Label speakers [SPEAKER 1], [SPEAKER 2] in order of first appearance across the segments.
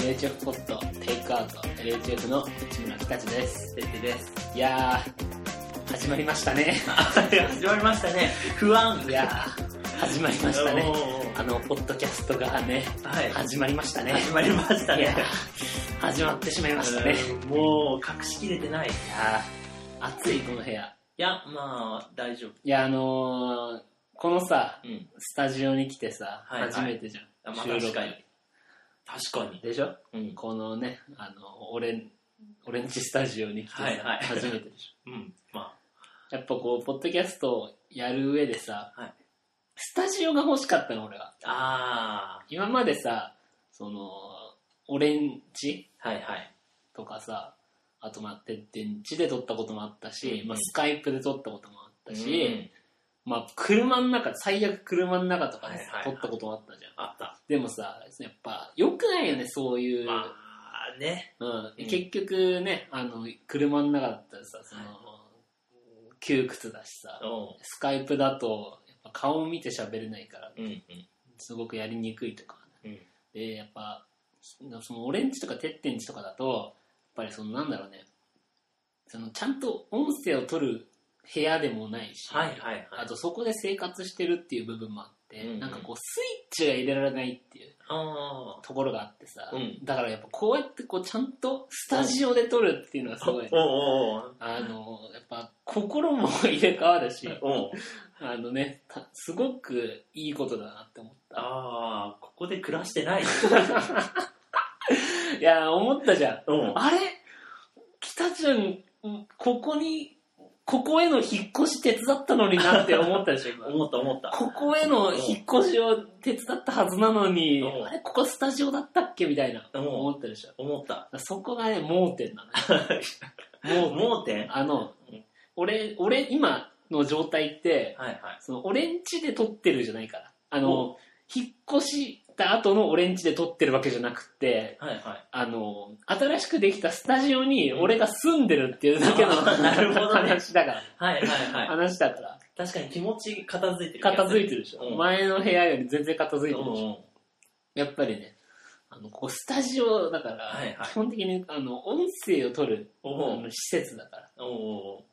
[SPEAKER 1] LHF ポットテイクアウト LHF の内村たちです
[SPEAKER 2] 設定です。
[SPEAKER 1] いやー始まりましたね
[SPEAKER 2] 始まりましたね。不安。
[SPEAKER 1] いやー始まりましたね
[SPEAKER 2] おー
[SPEAKER 1] あのポッドキャストがね
[SPEAKER 2] はい。
[SPEAKER 1] 始まりましたね
[SPEAKER 2] 始まりました
[SPEAKER 1] いや
[SPEAKER 2] ね。
[SPEAKER 1] ー始まってしまいましたねい
[SPEAKER 2] うんもう、隠しきれてない。い
[SPEAKER 1] やー暑いこの部屋
[SPEAKER 2] や、まあ、大丈夫。
[SPEAKER 1] いやあのー、このさ
[SPEAKER 2] うん。
[SPEAKER 1] スタジオに来てさ、
[SPEAKER 2] はいはい
[SPEAKER 1] 初めてじゃん、
[SPEAKER 2] あまあ、
[SPEAKER 1] 収録
[SPEAKER 2] 確かに。確かに。
[SPEAKER 1] でしょ
[SPEAKER 2] うん。
[SPEAKER 1] このねあの俺俺んちスタジオに来てさ、
[SPEAKER 2] はいはい
[SPEAKER 1] 初めてでしょ
[SPEAKER 2] うん。ま
[SPEAKER 1] やっぱこう、ポッドキャストをやる上でさ、
[SPEAKER 2] はい
[SPEAKER 1] スタジオが欲しかったの、俺は。
[SPEAKER 2] あ。あ
[SPEAKER 1] 今までさ、その、俺んち
[SPEAKER 2] あ。はいはい。
[SPEAKER 1] とかさ、あとまあ、てってんちで撮ったこともあったし、
[SPEAKER 2] うん
[SPEAKER 1] まあ、スカイプで撮ったこともあったし、まあ、車の中、最悪車の中とかでさ、
[SPEAKER 2] はいはいはい
[SPEAKER 1] 撮ったこともあったじゃん。
[SPEAKER 2] あった。
[SPEAKER 1] でもさ、やっぱ、良くないよね、そういう。
[SPEAKER 2] まあ、ね。
[SPEAKER 1] うん、で
[SPEAKER 2] うん
[SPEAKER 1] 結局ね、あの、車の中だったらさ、その、窮屈だしさ、
[SPEAKER 2] お
[SPEAKER 1] スカイプだと、やっぱ顔を見て喋れないから、
[SPEAKER 2] うん。うん。
[SPEAKER 1] すごくやりにくいとか、
[SPEAKER 2] うん。
[SPEAKER 1] で、やっぱ、そのオレンジとかてってんちとかだと、やっぱりそのなんだろうね、そのちゃんと音声を取る部屋でもないし、
[SPEAKER 2] はいはいは
[SPEAKER 1] あ
[SPEAKER 2] い。
[SPEAKER 1] とそこで生活してるっていう部分もあって、
[SPEAKER 2] うんうん
[SPEAKER 1] なんかこうスイッチが入れられないっていう
[SPEAKER 2] あ
[SPEAKER 1] ところがあってさ、
[SPEAKER 2] うん
[SPEAKER 1] だからやっぱこうやってこうちゃんとスタジオで撮るっていうのはす
[SPEAKER 2] あ。お
[SPEAKER 1] ご
[SPEAKER 2] う
[SPEAKER 1] い、
[SPEAKER 2] おう
[SPEAKER 1] あの、やっぱ心も入れ替わるし、
[SPEAKER 2] おうおう
[SPEAKER 1] あのね、たすごくいいことだなって思った。
[SPEAKER 2] ああ、ここで暮らしてない。
[SPEAKER 1] いや、思ったじゃん。
[SPEAKER 2] うん。
[SPEAKER 1] あれ北ちゃん、うんここに、ここへの引っ越し手伝ったのになって思ったでし ょ、今。
[SPEAKER 2] 思った思った。
[SPEAKER 1] ここへの引っ越しを手伝ったはずなのに、
[SPEAKER 2] うん
[SPEAKER 1] あれここスタジオだったっけみたいな、
[SPEAKER 2] うん
[SPEAKER 1] 思ったでしょ。
[SPEAKER 2] 思 った。
[SPEAKER 1] そこがね、盲点な
[SPEAKER 2] もう、 盲点
[SPEAKER 1] の。あの
[SPEAKER 2] うん、
[SPEAKER 1] 俺、俺、今の状態って、
[SPEAKER 2] はいはい。
[SPEAKER 1] その、俺ん家で撮ってるじゃないから。あ
[SPEAKER 2] う
[SPEAKER 1] の、引っ越した後の俺ん家で撮ってるわけじゃなくって、
[SPEAKER 2] はいはい。
[SPEAKER 1] あの、新しくできたスタジオに俺が住んでるっていうだけ の、
[SPEAKER 2] あなるほどね
[SPEAKER 1] 話だから。
[SPEAKER 2] はいはいはい。
[SPEAKER 1] 話だから。
[SPEAKER 2] 確かに気持ち片付いてる。
[SPEAKER 1] 片付い
[SPEAKER 2] て
[SPEAKER 1] てるでしょ。
[SPEAKER 2] うん
[SPEAKER 1] 前の部屋より全然片付いてるでしょ。
[SPEAKER 2] は
[SPEAKER 1] やっぱりね、あの、ここスタジオだから、
[SPEAKER 2] はいはい
[SPEAKER 1] 基本的にあの音声を取る
[SPEAKER 2] お
[SPEAKER 1] あ
[SPEAKER 2] お
[SPEAKER 1] の施設だから。
[SPEAKER 2] おお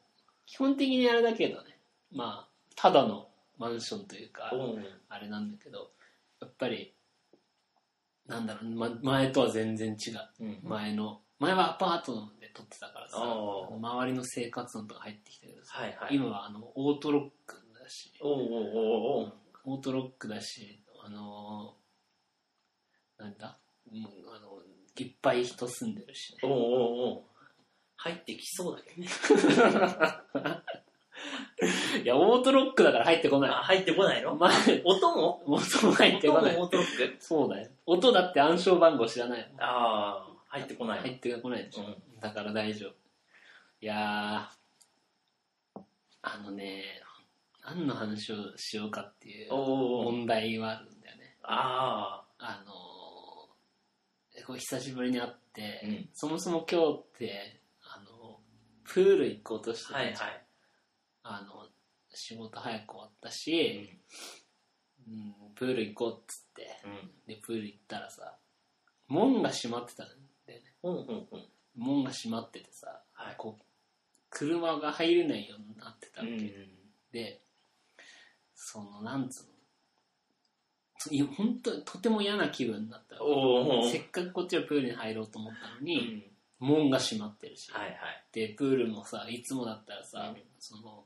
[SPEAKER 1] 基本的にあれだけどね、まあ、ただのマンションというか、
[SPEAKER 2] おお
[SPEAKER 1] あれなんだけど、やっぱり、なんだろう、ま、前とは全然違う。
[SPEAKER 2] ま
[SPEAKER 1] 前の前はアパートで撮ってたからさ
[SPEAKER 2] おー
[SPEAKER 1] 周りの生活音とか入ってきたけどさ、
[SPEAKER 2] はいはい。
[SPEAKER 1] 今はあのオートロックだし
[SPEAKER 2] おおおおお
[SPEAKER 1] オートロックだしあのーなんだもうあのいっぱい人住んでるしね
[SPEAKER 2] おおおお入ってきそうだけどね。
[SPEAKER 1] いやオートロックだから入ってこない
[SPEAKER 2] あ、入ってこないの
[SPEAKER 1] まあ
[SPEAKER 2] 音も
[SPEAKER 1] 音も入って
[SPEAKER 2] 音
[SPEAKER 1] こ
[SPEAKER 2] も
[SPEAKER 1] ない
[SPEAKER 2] オートロック
[SPEAKER 1] そうだよ音だって暗証番号知らないもん
[SPEAKER 2] ああ、入ってこない。
[SPEAKER 1] 入ってこないでしょ、
[SPEAKER 2] うん。
[SPEAKER 1] だから大丈夫。いやーあのね、何の話をしようかっていう
[SPEAKER 2] おおお
[SPEAKER 1] 問題はあるんだよね。
[SPEAKER 2] あ
[SPEAKER 1] あのーえこれ久しぶりに会っ
[SPEAKER 2] あ。う
[SPEAKER 1] て、
[SPEAKER 2] ん。
[SPEAKER 1] そもそも今日って、あの、プール行こうとしてた
[SPEAKER 2] は
[SPEAKER 1] じ
[SPEAKER 2] い
[SPEAKER 1] ゃ
[SPEAKER 2] は
[SPEAKER 1] ん
[SPEAKER 2] い。
[SPEAKER 1] あの、仕事早く終わったし、うん、プール行こうっつって、
[SPEAKER 2] うん。
[SPEAKER 1] で、プール行ったらさ、門が閉まってたんだよね。
[SPEAKER 2] うんうんうん。
[SPEAKER 1] 門が閉まっててさ、
[SPEAKER 2] はい
[SPEAKER 1] こう車が入れないようになってたわけ、でそのなんつうのついや本当にとても嫌な気分になった
[SPEAKER 2] お
[SPEAKER 1] わ
[SPEAKER 2] おお
[SPEAKER 1] けせっかくこっちはプールに入ろうと思ったの
[SPEAKER 2] うん。
[SPEAKER 1] に、門が閉まってるし、
[SPEAKER 2] はいはい。
[SPEAKER 1] でプールもさいつもだったらさ、
[SPEAKER 2] うん
[SPEAKER 1] その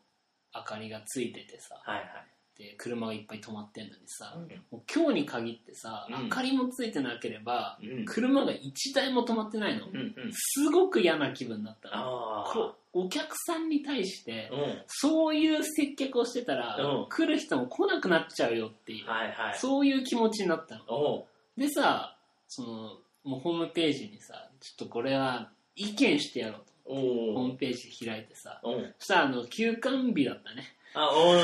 [SPEAKER 1] 明かりがついててさ
[SPEAKER 2] はい
[SPEAKER 1] で車がいっぱい止まってんのにさ、
[SPEAKER 2] はい。
[SPEAKER 1] もう今日に限ってさ、
[SPEAKER 2] うん
[SPEAKER 1] 明かりもついてなければ
[SPEAKER 2] うん。
[SPEAKER 1] 車が1台も止まってないの、
[SPEAKER 2] うんうん。
[SPEAKER 1] すごく嫌な気分になったの
[SPEAKER 2] ああ。
[SPEAKER 1] こうお客さんに対して
[SPEAKER 2] うん。はい
[SPEAKER 1] そういう接客をしてたら、
[SPEAKER 2] うん
[SPEAKER 1] 来る人も来なくなっちゃうよっていう、
[SPEAKER 2] はい。
[SPEAKER 1] そういう気持ちになったの
[SPEAKER 2] おう
[SPEAKER 1] でさそのもうホームページにさちょっとこれは意見してやろうとホ
[SPEAKER 2] お
[SPEAKER 1] ー
[SPEAKER 2] う
[SPEAKER 1] ムページ開いてさ
[SPEAKER 2] おう
[SPEAKER 1] そしたらあの休館日だったね
[SPEAKER 2] あ、おう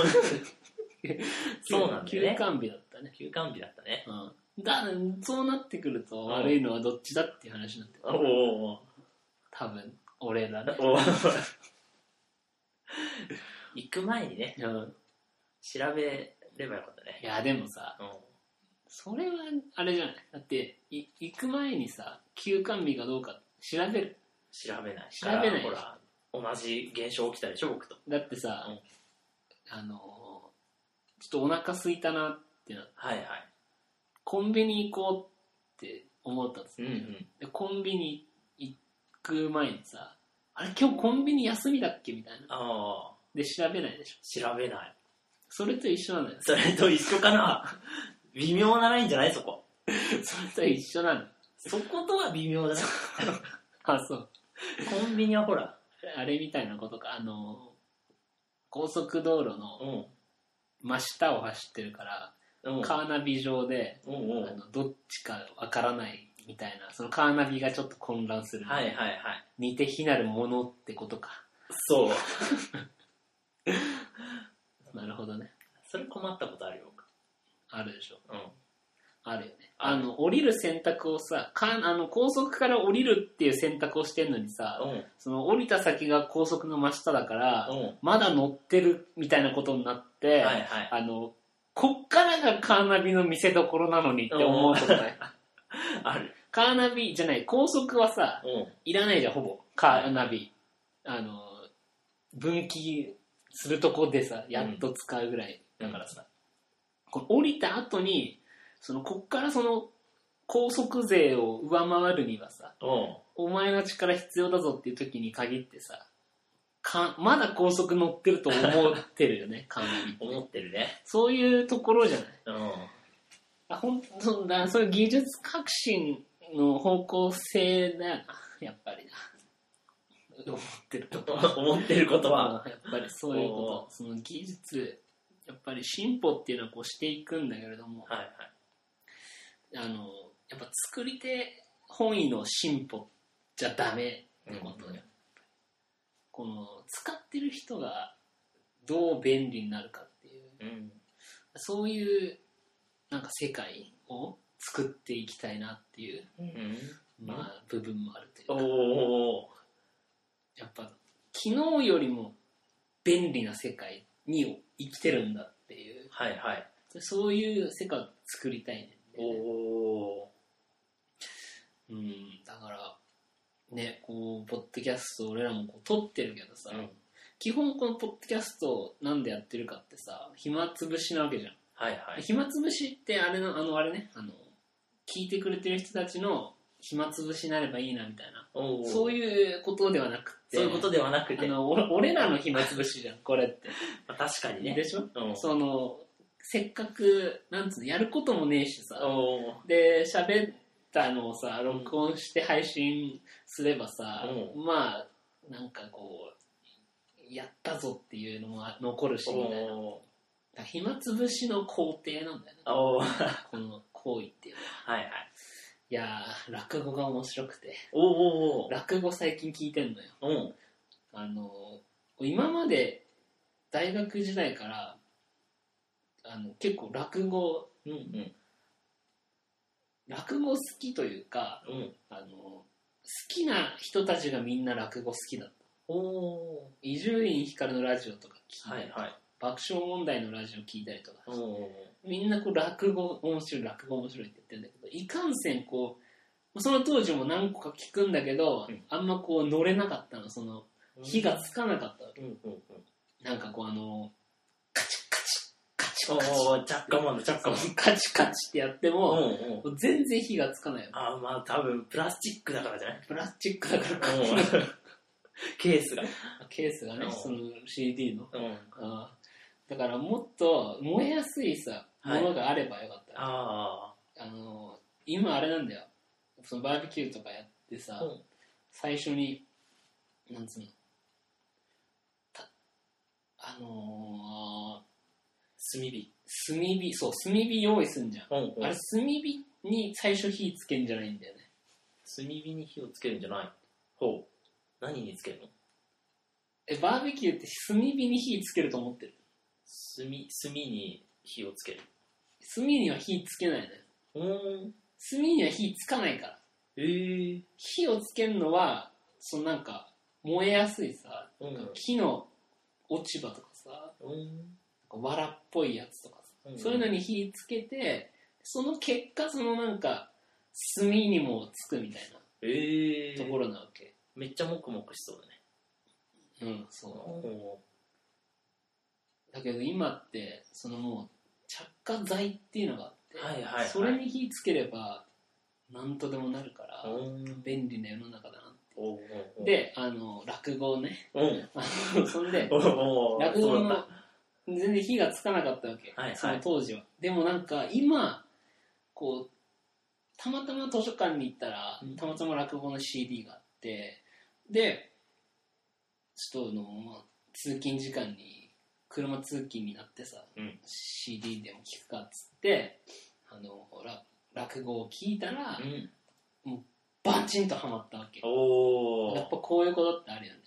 [SPEAKER 2] そうなんだよね
[SPEAKER 1] 休館日だったね、
[SPEAKER 2] 休館日だったね。
[SPEAKER 1] うん、だそうなってくると
[SPEAKER 2] うん
[SPEAKER 1] 悪いのはどっちだっていう話になってく
[SPEAKER 2] お
[SPEAKER 1] る
[SPEAKER 2] うおう
[SPEAKER 1] 多分俺らね
[SPEAKER 2] おう行く前にね、
[SPEAKER 1] うん
[SPEAKER 2] 調べればよかったね
[SPEAKER 1] い。やでもさ
[SPEAKER 2] うん。
[SPEAKER 1] それはあれじゃないだってい行く前にさ休館日かどうか調べる
[SPEAKER 2] 調べない。
[SPEAKER 1] 調べない
[SPEAKER 2] だからほら、同じ現象起きたでしょ、僕と。
[SPEAKER 1] だってさ、
[SPEAKER 2] うん
[SPEAKER 1] あのーちょっとお腹空いたなってな
[SPEAKER 2] はいはい。
[SPEAKER 1] コンビニ行こうって思ったんです
[SPEAKER 2] う
[SPEAKER 1] よ、
[SPEAKER 2] んうん。
[SPEAKER 1] でコンビニ行く前にさあれ今日コンビニ休みだっけみたいな
[SPEAKER 2] ああ、
[SPEAKER 1] で調べないでしょ
[SPEAKER 2] 調べない。
[SPEAKER 1] それと一緒なんだよ
[SPEAKER 2] それと一緒かな微妙なラインじゃないそこ。
[SPEAKER 1] それと一緒なんだよ
[SPEAKER 2] そことは微妙だな。
[SPEAKER 1] あそう
[SPEAKER 2] コンビニはほら、
[SPEAKER 1] あれみたいなことかあのー高速道路の
[SPEAKER 2] うん。
[SPEAKER 1] 真下を走ってるから、
[SPEAKER 2] うん。
[SPEAKER 1] カーナビ上で、
[SPEAKER 2] うんう
[SPEAKER 1] あ
[SPEAKER 2] ん。
[SPEAKER 1] のどっちかわからないみたいなそのカーナビがちょっと混乱する、
[SPEAKER 2] はいはいはい。
[SPEAKER 1] 似て非なるものってことか
[SPEAKER 2] そう。
[SPEAKER 1] なるほどね
[SPEAKER 2] それ困ったことあるよ、僕。
[SPEAKER 1] あるでしょ
[SPEAKER 2] うん。
[SPEAKER 1] あるよねあの降りる選択をさかあの高速から降りるっていう選択をしてんのにさ
[SPEAKER 2] うん。
[SPEAKER 1] その降りた先が高速の真下だから、
[SPEAKER 2] うん。
[SPEAKER 1] まだ乗ってるみたいなことになって、
[SPEAKER 2] はいはい。
[SPEAKER 1] あのこっからがカーナビの見せどころなのにって思うことない
[SPEAKER 2] ある。
[SPEAKER 1] カーナビじゃない高速はさ
[SPEAKER 2] うん。
[SPEAKER 1] いらないじゃんほぼカーナビあの分岐するとこでさやっと使うぐらい、
[SPEAKER 2] うん
[SPEAKER 1] だからさ、この降りた後にそのこっからその高速税を上回るにはさ
[SPEAKER 2] うん。
[SPEAKER 1] お前の力必要だぞっていう時に限ってさかまだ高速乗ってると思ってるよ ねカーナビって
[SPEAKER 2] 思ってるね。
[SPEAKER 1] そういうところじゃない
[SPEAKER 2] うん。
[SPEAKER 1] あ本当そうだそういう技術革新の方向性だよなやっぱりな思ってることは
[SPEAKER 2] 思ってることは。
[SPEAKER 1] やっぱりそういうことその技術やっぱり進歩っていうのはこうしていくんだけれども
[SPEAKER 2] はいはい。
[SPEAKER 1] あのやっぱ作り手本位の進歩じゃダメってことよ、この使ってる人がどう便利になるかっていう
[SPEAKER 2] うん。
[SPEAKER 1] そういうなんか世界を作っていきたいなっていう、
[SPEAKER 2] うん。
[SPEAKER 1] まあ、部分もあるというか
[SPEAKER 2] おお
[SPEAKER 1] やっぱ昨日よりも便利な世界に生きてるんだっていう
[SPEAKER 2] はいはい。
[SPEAKER 1] そういう世界を作りたいねんで
[SPEAKER 2] おお
[SPEAKER 1] うんだからねこうポッドキャスト俺らもこう撮ってるけどさ、
[SPEAKER 2] うん。
[SPEAKER 1] 基本このポッドキャストをなんでやってるかってさ暇つぶしなわけじゃん
[SPEAKER 2] はいはい。
[SPEAKER 1] 暇つぶしってあれのあのあれねあの聞いてくれてる人たちの暇つぶしになればいいなみたいな
[SPEAKER 2] おー
[SPEAKER 1] そういうことではなくて
[SPEAKER 2] そういうことではなく
[SPEAKER 1] あ
[SPEAKER 2] て、ま
[SPEAKER 1] の俺俺らの暇つぶしじゃ んこれって
[SPEAKER 2] あ、確かにね。
[SPEAKER 1] でしょ
[SPEAKER 2] うん。
[SPEAKER 1] そのせっかくなんつうのやることもねえしさ
[SPEAKER 2] おー
[SPEAKER 1] で喋ったのをさ録音して配信すればさ、
[SPEAKER 2] う
[SPEAKER 1] まあなんかこうやったぞっていうのも残るしみたいなだか
[SPEAKER 2] お
[SPEAKER 1] ら暇つぶしの工程なんだよね
[SPEAKER 2] ーおーはい
[SPEAKER 1] この行為っていうのは
[SPEAKER 2] はい。
[SPEAKER 1] いやー落語が面白くて
[SPEAKER 2] おおおー
[SPEAKER 1] 落語最近聞いてんのよ
[SPEAKER 2] うん。
[SPEAKER 1] あのー今まで大学時代からあの結構落語
[SPEAKER 2] うんうん。
[SPEAKER 1] 落語好きというか
[SPEAKER 2] うん。
[SPEAKER 1] あのー好きな人たちがみんな落語好きだった
[SPEAKER 2] おお
[SPEAKER 1] 伊集院光のラジオとか聞い
[SPEAKER 2] ーは
[SPEAKER 1] た
[SPEAKER 2] い
[SPEAKER 1] りとか、
[SPEAKER 2] はい。
[SPEAKER 1] 爆笑問題のラジオ聞いたりとか
[SPEAKER 2] おお
[SPEAKER 1] みんなこう落語面白い落語面白いって言ってるんだけどいかんせんこうその当時も何個か聞くんだけど、
[SPEAKER 2] うん
[SPEAKER 1] あんまこう乗れなかったのその
[SPEAKER 2] ー
[SPEAKER 1] 火がつかなかったわ
[SPEAKER 2] うんうんうん。
[SPEAKER 1] けなんかこうあのカチカチ
[SPEAKER 2] お
[SPEAKER 1] カチカチ
[SPEAKER 2] おージャッカマンだ、ジャッカマン。
[SPEAKER 1] カチカチってやって
[SPEAKER 2] うん
[SPEAKER 1] も、
[SPEAKER 2] うん。
[SPEAKER 1] もう全然火がつかないわ
[SPEAKER 2] ああ、まあ多分プラスチックだからじゃない
[SPEAKER 1] プラスチックだからか
[SPEAKER 2] うんケースが。
[SPEAKER 1] ケースがね
[SPEAKER 2] うん
[SPEAKER 1] その CD の
[SPEAKER 2] うん。
[SPEAKER 1] あーだからもっと燃えやすいさ
[SPEAKER 2] は
[SPEAKER 1] も
[SPEAKER 2] い
[SPEAKER 1] のがあればよかった、
[SPEAKER 2] あ
[SPEAKER 1] あの今あれなんだよそのバーベキューとかやってさ、
[SPEAKER 2] あ。うん
[SPEAKER 1] 最初になんつうのたあの
[SPEAKER 2] 炭火。
[SPEAKER 1] ー、炭火そう炭火用意すんじゃん、
[SPEAKER 2] うん
[SPEAKER 1] あ
[SPEAKER 2] あ
[SPEAKER 1] れ
[SPEAKER 2] れ
[SPEAKER 1] 炭火に最初火つけんじゃないんだよね
[SPEAKER 2] 炭火に火をつけるんじゃないほう。何につけるの
[SPEAKER 1] えバーベキューって炭火に火つけると思ってる
[SPEAKER 2] 炭、炭に火をつける。
[SPEAKER 1] 炭には火つけないのよ
[SPEAKER 2] うーん。
[SPEAKER 1] 炭には火つかないから
[SPEAKER 2] ええ。
[SPEAKER 1] 火をつけるのはそのなんか燃えやすいさ
[SPEAKER 2] うん。
[SPEAKER 1] 木の落ち葉とかさなんか
[SPEAKER 2] うん。
[SPEAKER 1] 藁っぽいやつとかさ、
[SPEAKER 2] うん
[SPEAKER 1] そういうのに火つけてその結果そのなんか炭にもつくみたい
[SPEAKER 2] ええ
[SPEAKER 1] なところなわけ、
[SPEAKER 2] めっちゃもくもくしそうだね。
[SPEAKER 1] うんそ
[SPEAKER 2] お
[SPEAKER 1] うだけど今ってそのもう着火剤っていうのがあって、
[SPEAKER 2] はいはいはい
[SPEAKER 1] それに火つければなんとでもなるから、
[SPEAKER 2] ーうん
[SPEAKER 1] 便利な世の中だ
[SPEAKER 2] おうお
[SPEAKER 1] な
[SPEAKER 2] う
[SPEAKER 1] であの落語をね
[SPEAKER 2] うん。
[SPEAKER 1] そんで
[SPEAKER 2] おうおう
[SPEAKER 1] 落語
[SPEAKER 2] そうだ
[SPEAKER 1] の
[SPEAKER 2] った
[SPEAKER 1] 全然火がつかなかったわけ、
[SPEAKER 2] はいはい
[SPEAKER 1] その当時はでもなんか今こうたまたま図書館に行ったら
[SPEAKER 2] うん
[SPEAKER 1] たまたま落語の CD があってでちょっとあの通勤時間に車通勤になってさ、
[SPEAKER 2] うん
[SPEAKER 1] CD でも聴くかっつってあのら落語を聞いたら、
[SPEAKER 2] うん。
[SPEAKER 1] バチンとハマったわけ
[SPEAKER 2] お
[SPEAKER 1] やっぱこういうことってあるよね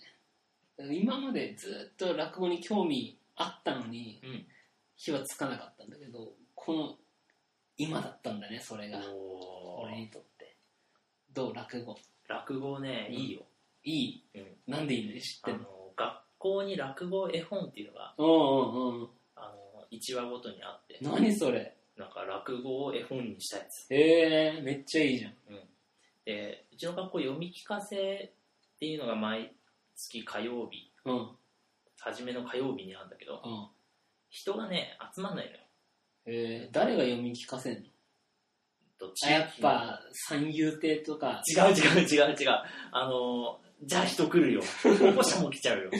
[SPEAKER 1] だから今までずっと落語に興味あったのに
[SPEAKER 2] うん。
[SPEAKER 1] 火はつかなかったんだけどこの今だったんだねそれが
[SPEAKER 2] お
[SPEAKER 1] 俺にとってどう落語
[SPEAKER 2] 落語ね、
[SPEAKER 1] うん
[SPEAKER 2] いいよ。
[SPEAKER 1] いい
[SPEAKER 2] うん。
[SPEAKER 1] なんでいいの知っ
[SPEAKER 2] あ
[SPEAKER 1] てん
[SPEAKER 2] の
[SPEAKER 1] の、
[SPEAKER 2] 学校に落語絵本っていうのが、
[SPEAKER 1] うんうんうん
[SPEAKER 2] あの、1話ごとにあって、
[SPEAKER 1] 何それ
[SPEAKER 2] なんか落語を絵本にしたやつ。
[SPEAKER 1] へえめっちゃいいじゃん
[SPEAKER 2] で、うちの学校読み聞かせっていうのが毎月火曜日、
[SPEAKER 1] うんう
[SPEAKER 2] 初めの火曜日にあるんだけど、
[SPEAKER 1] ん
[SPEAKER 2] 人がね、集まんないのよ。
[SPEAKER 1] えー、誰が読み聞かせんの
[SPEAKER 2] どっち
[SPEAKER 1] あやっぱ三遊亭とか
[SPEAKER 2] 違う違う違う違う。あのー、じゃあ人来るよ。保護者も来ちゃうよ。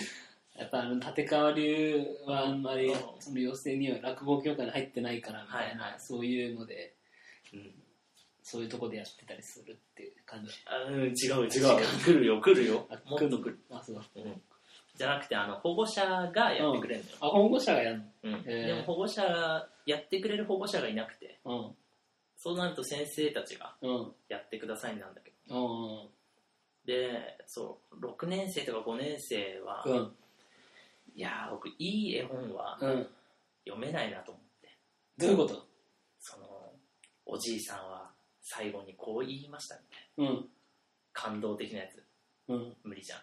[SPEAKER 1] やっぱあの立川流はあんまり
[SPEAKER 2] うん
[SPEAKER 1] その寄席には落語協会に入ってないからみたいな、
[SPEAKER 2] はいはい
[SPEAKER 1] そういうので
[SPEAKER 2] うん、
[SPEAKER 1] そういうとこでやってたりするっていう感じ
[SPEAKER 2] あうん違う違う。来るよ来るよ
[SPEAKER 1] あ。
[SPEAKER 2] もっと来る。
[SPEAKER 1] あそう
[SPEAKER 2] うん、じゃなくて、あの、保護者がやってくれるのよ。
[SPEAKER 1] あ本護者がやる
[SPEAKER 2] うん
[SPEAKER 1] へー
[SPEAKER 2] でも保護者が、やってくれる保護者がいなくて、
[SPEAKER 1] の
[SPEAKER 2] そうなると先生たちが
[SPEAKER 1] うんうん
[SPEAKER 2] やってくださいなんだけど。
[SPEAKER 1] うん
[SPEAKER 2] で、そう、6年生とか5年生は、
[SPEAKER 1] うん
[SPEAKER 2] いやー、僕、いい絵本は
[SPEAKER 1] うん
[SPEAKER 2] 読めないなと思って。
[SPEAKER 1] どういうこと
[SPEAKER 2] そのおじいさんは最後にこう言いましたみたいな
[SPEAKER 1] うん
[SPEAKER 2] 感動的なやつ
[SPEAKER 1] うん
[SPEAKER 2] 無理じゃ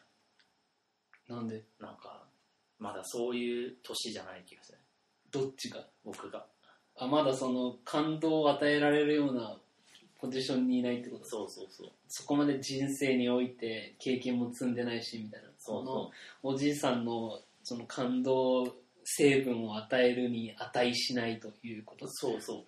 [SPEAKER 2] ん
[SPEAKER 1] なんで
[SPEAKER 2] なんかまだそういう年じゃない気がする
[SPEAKER 1] どっちが
[SPEAKER 2] 僕が
[SPEAKER 1] あまだその感動を与えられるようなポジションにいないってこと
[SPEAKER 2] そうそうそう
[SPEAKER 1] そこまで人生において経験も積んでないしみたいな
[SPEAKER 2] そう
[SPEAKER 1] の
[SPEAKER 2] そ
[SPEAKER 1] おじいさんのその感動成分を与えるに値しないということ
[SPEAKER 2] うそうそう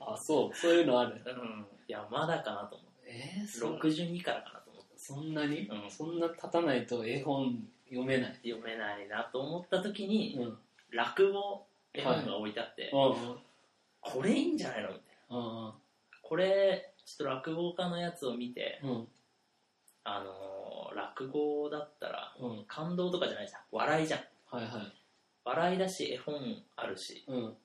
[SPEAKER 1] あそうそういうのある
[SPEAKER 2] うんいやまだかなと思
[SPEAKER 1] えー、そん
[SPEAKER 2] う62からかなと思って
[SPEAKER 1] そんなに、
[SPEAKER 2] うん
[SPEAKER 1] そんな立たないと絵本読めない、
[SPEAKER 2] 読めないなと思った時
[SPEAKER 1] う
[SPEAKER 2] に
[SPEAKER 1] ん、うん
[SPEAKER 2] 落語絵本が置いてあって、
[SPEAKER 1] うん
[SPEAKER 2] これいいんじゃないのみたいな
[SPEAKER 1] うん
[SPEAKER 2] これちょっと落語家のやつを見て
[SPEAKER 1] うん
[SPEAKER 2] あのー落語だったら
[SPEAKER 1] うん
[SPEAKER 2] 感動とかじゃないじゃん笑いじゃん
[SPEAKER 1] はいはい
[SPEAKER 2] 笑いだし絵本あるし
[SPEAKER 1] うん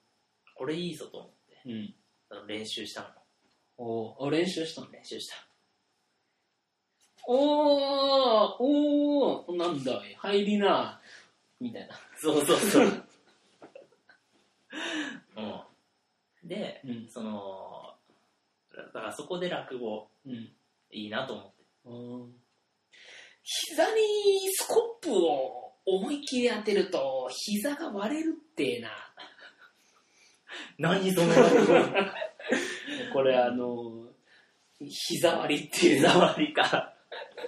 [SPEAKER 2] これいいぞと思って
[SPEAKER 1] うん
[SPEAKER 2] あの練習したの
[SPEAKER 1] おお練習したの
[SPEAKER 2] 練習した
[SPEAKER 1] おーおーなんだい入りなみたいな
[SPEAKER 2] そうそうそう うんで
[SPEAKER 1] うん
[SPEAKER 2] そのだからそこで落語
[SPEAKER 1] うん
[SPEAKER 2] いいなと思って
[SPEAKER 1] うん膝にスコップを思いっきり当てると膝が割れるってえな
[SPEAKER 2] 何その落 語
[SPEAKER 1] これあの膝割りっていう
[SPEAKER 2] ざわりか、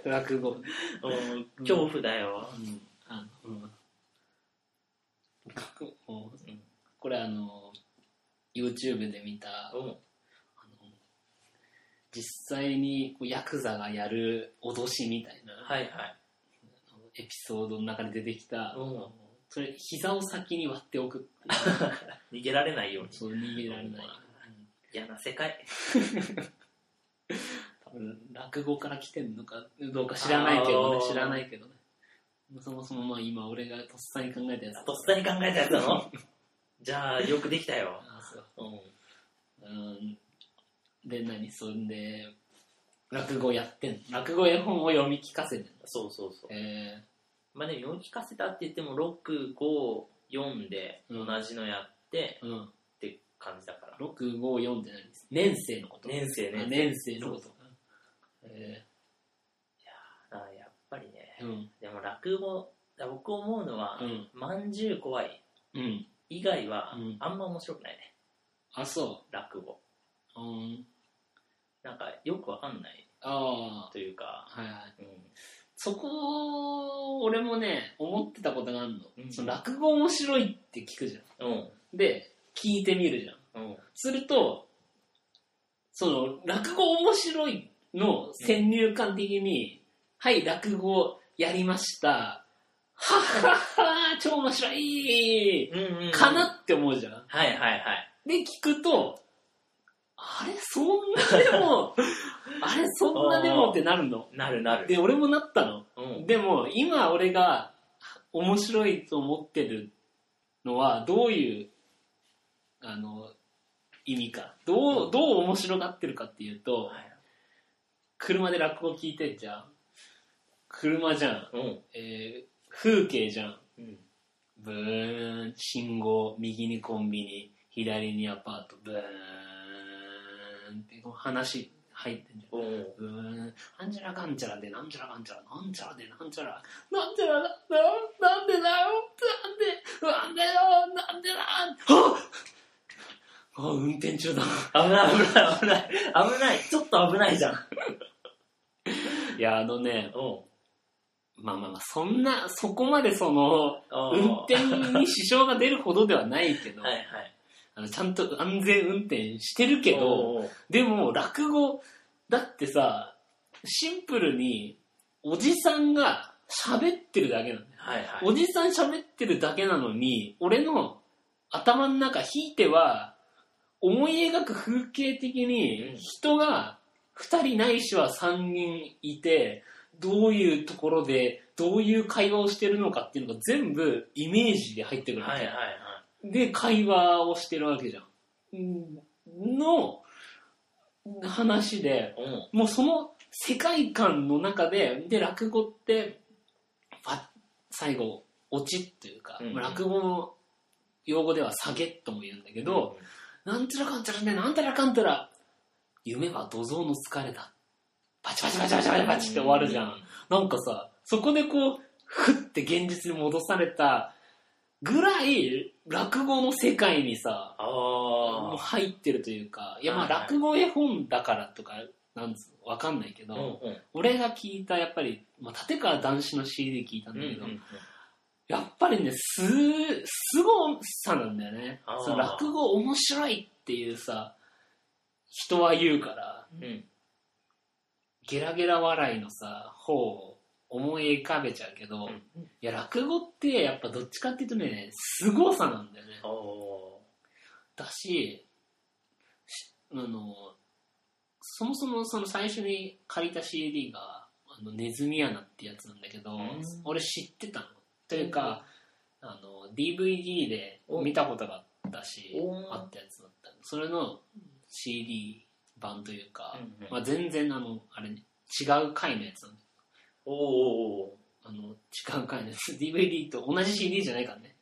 [SPEAKER 1] 落語、
[SPEAKER 2] うん、恐怖だよ、
[SPEAKER 1] うんあのうんかくもう
[SPEAKER 2] うん
[SPEAKER 1] これあの YouTube で見たあ
[SPEAKER 2] うん、
[SPEAKER 1] の実際にこうヤクザがやる脅しみたいな、
[SPEAKER 2] はいはい
[SPEAKER 1] エピソードの中に出てきた、
[SPEAKER 2] うん
[SPEAKER 1] あのそれ膝を先に割っておくっていう
[SPEAKER 2] 逃げられないように
[SPEAKER 1] そう逃げられない、
[SPEAKER 2] うん嫌な世界
[SPEAKER 1] 多分落語から来てんのかどうか知らないけどね
[SPEAKER 2] あー
[SPEAKER 1] 知らないけどねそもそもまあ今俺がとっさに考えたやつ
[SPEAKER 2] とっさに考えたやつなの じゃあよくできたよ、
[SPEAKER 1] あそう
[SPEAKER 2] うん、
[SPEAKER 1] うんで何そんで落語やってんの落語絵本を読み聞かせてんの
[SPEAKER 2] そうそうそう
[SPEAKER 1] え
[SPEAKER 2] まあでも読み聞かせたって言っても654で
[SPEAKER 1] う
[SPEAKER 2] 同
[SPEAKER 1] ん
[SPEAKER 2] じのやって
[SPEAKER 1] ー、うん
[SPEAKER 2] って感じだから、
[SPEAKER 1] 6 5 4って何年生のこと
[SPEAKER 2] 年生
[SPEAKER 1] あ
[SPEAKER 2] ね
[SPEAKER 1] 年生のことえ
[SPEAKER 2] あやっぱりね
[SPEAKER 1] ー、うん
[SPEAKER 2] でも落語だから僕思うのは、
[SPEAKER 1] うん
[SPEAKER 2] まんじゅう怖い
[SPEAKER 1] うん
[SPEAKER 2] 以外は、
[SPEAKER 1] うん
[SPEAKER 2] あんま面白くないね、
[SPEAKER 1] あそ
[SPEAKER 2] 落語。
[SPEAKER 1] ううん
[SPEAKER 2] なんか、よくわかんない
[SPEAKER 1] あ
[SPEAKER 2] という
[SPEAKER 1] あ
[SPEAKER 2] か、
[SPEAKER 1] はいはい
[SPEAKER 2] うん、
[SPEAKER 1] そこ俺もね思ってたことがあるの,、
[SPEAKER 2] うん
[SPEAKER 1] その落語面白いって聞くじゃ
[SPEAKER 2] うん、
[SPEAKER 1] んで聞いてみるじゃん
[SPEAKER 2] うん、
[SPEAKER 1] するとその落語面白いの先入観的に、はい落語やりましたはっはっは超面白い
[SPEAKER 2] うん、うん、
[SPEAKER 1] かなって思うじゃん
[SPEAKER 2] はいはいはい。
[SPEAKER 1] で聞くとあれそんなで もあれそんなでもってなるの
[SPEAKER 2] なるなる。
[SPEAKER 1] で俺もなったの
[SPEAKER 2] うん、
[SPEAKER 1] でも今俺が面白いと思ってるのはどういうあの意味かどうどう面白がってるかっていうと
[SPEAKER 2] はい
[SPEAKER 1] 車で落語聞いてんじゃん車じゃん、
[SPEAKER 2] うん、
[SPEAKER 1] えー風景じゃん
[SPEAKER 2] うん、
[SPEAKER 1] ブーン信号右にコンビニ左にアパートブーンってこう話入ってんじゃん
[SPEAKER 2] うん。
[SPEAKER 1] うーん、なんちゃらかんちゃらで、なんちゃらかんちゃら、なんちゃらで、なんちゃら、なんちゃらだ、な、なんでだよ、なんで、なんでよ、なんでだ、ああ、運転中だ。
[SPEAKER 2] 危ない危ない危ない。危ない。ちょっと危ないじゃん。
[SPEAKER 1] いや、あのね、
[SPEAKER 2] うん。
[SPEAKER 1] まあまあまあ、そんな、そこまでその、
[SPEAKER 2] あー
[SPEAKER 1] 運転に支障が出るほどではないけど、
[SPEAKER 2] はいはい。
[SPEAKER 1] あのちゃんと安全運転してるけど、
[SPEAKER 2] おー、
[SPEAKER 1] でも落語、だってさ、シンプルに、おじさんが喋ってるだけなの。
[SPEAKER 2] はいはい。
[SPEAKER 1] おじさん喋ってるだけなのに、俺の頭の中、ひいては、思い描く風景的
[SPEAKER 2] うん
[SPEAKER 1] に、人が2人ないしは3人いて、どういうところで、どういう会話をしてるのかっていうのが全部イメージで入ってくるわ
[SPEAKER 2] はい
[SPEAKER 1] け
[SPEAKER 2] はいはい。
[SPEAKER 1] で、会話をしてるわけじゃん。んの話で、
[SPEAKER 2] うん。
[SPEAKER 1] もうその世界観の中で、で、落語って、ファ最後、落ちっていうか、
[SPEAKER 2] うん
[SPEAKER 1] まあ落語の用語では下げとも言うんだけど、なんちゃらかんちゃらね、なんたらかんたら、夢は土蔵の疲れだ。パチパチパチパチパチパチって終わるじゃん。なんかさ、そこでこう、ふって現実に戻されたぐらい、落語の世界にさ、
[SPEAKER 2] あ
[SPEAKER 1] もう
[SPEAKER 2] あ。
[SPEAKER 1] 入ってるというか、いやまあ
[SPEAKER 2] はいはい
[SPEAKER 1] 落語絵本だからとか、なんつうのわかんないけ
[SPEAKER 2] う
[SPEAKER 1] ど、
[SPEAKER 2] んうん。
[SPEAKER 1] 俺が聞いたやっぱり、まあ、立川談志の CD 聞いたん
[SPEAKER 2] う
[SPEAKER 1] だ
[SPEAKER 2] んう
[SPEAKER 1] けど、
[SPEAKER 2] ん
[SPEAKER 1] やっぱりね、す、すごさなんだよね
[SPEAKER 2] あー。
[SPEAKER 1] その落語面白いっていうさ、人は言うから、
[SPEAKER 2] うん。うん。
[SPEAKER 1] ゲラゲラ笑いのさ、方を思い浮かべちゃうけど、いや落語ってやっぱどっちかっていうとね、すごさなんだよね。
[SPEAKER 2] おお
[SPEAKER 1] だししあのそもそもその最初に借りた CD が「あのネズミ穴」ってやつなんだけど、
[SPEAKER 2] うん
[SPEAKER 1] 俺知ってたのというか、あの DVD で見たことがあったし
[SPEAKER 2] お
[SPEAKER 1] あったやつだったのそれの CD 版というか、
[SPEAKER 2] うんうん
[SPEAKER 1] まあ、全然あのあれ、ね、違う回のやつなんだ
[SPEAKER 2] おお
[SPEAKER 1] あの違う回のや つ DVD と同じ CD じゃないからね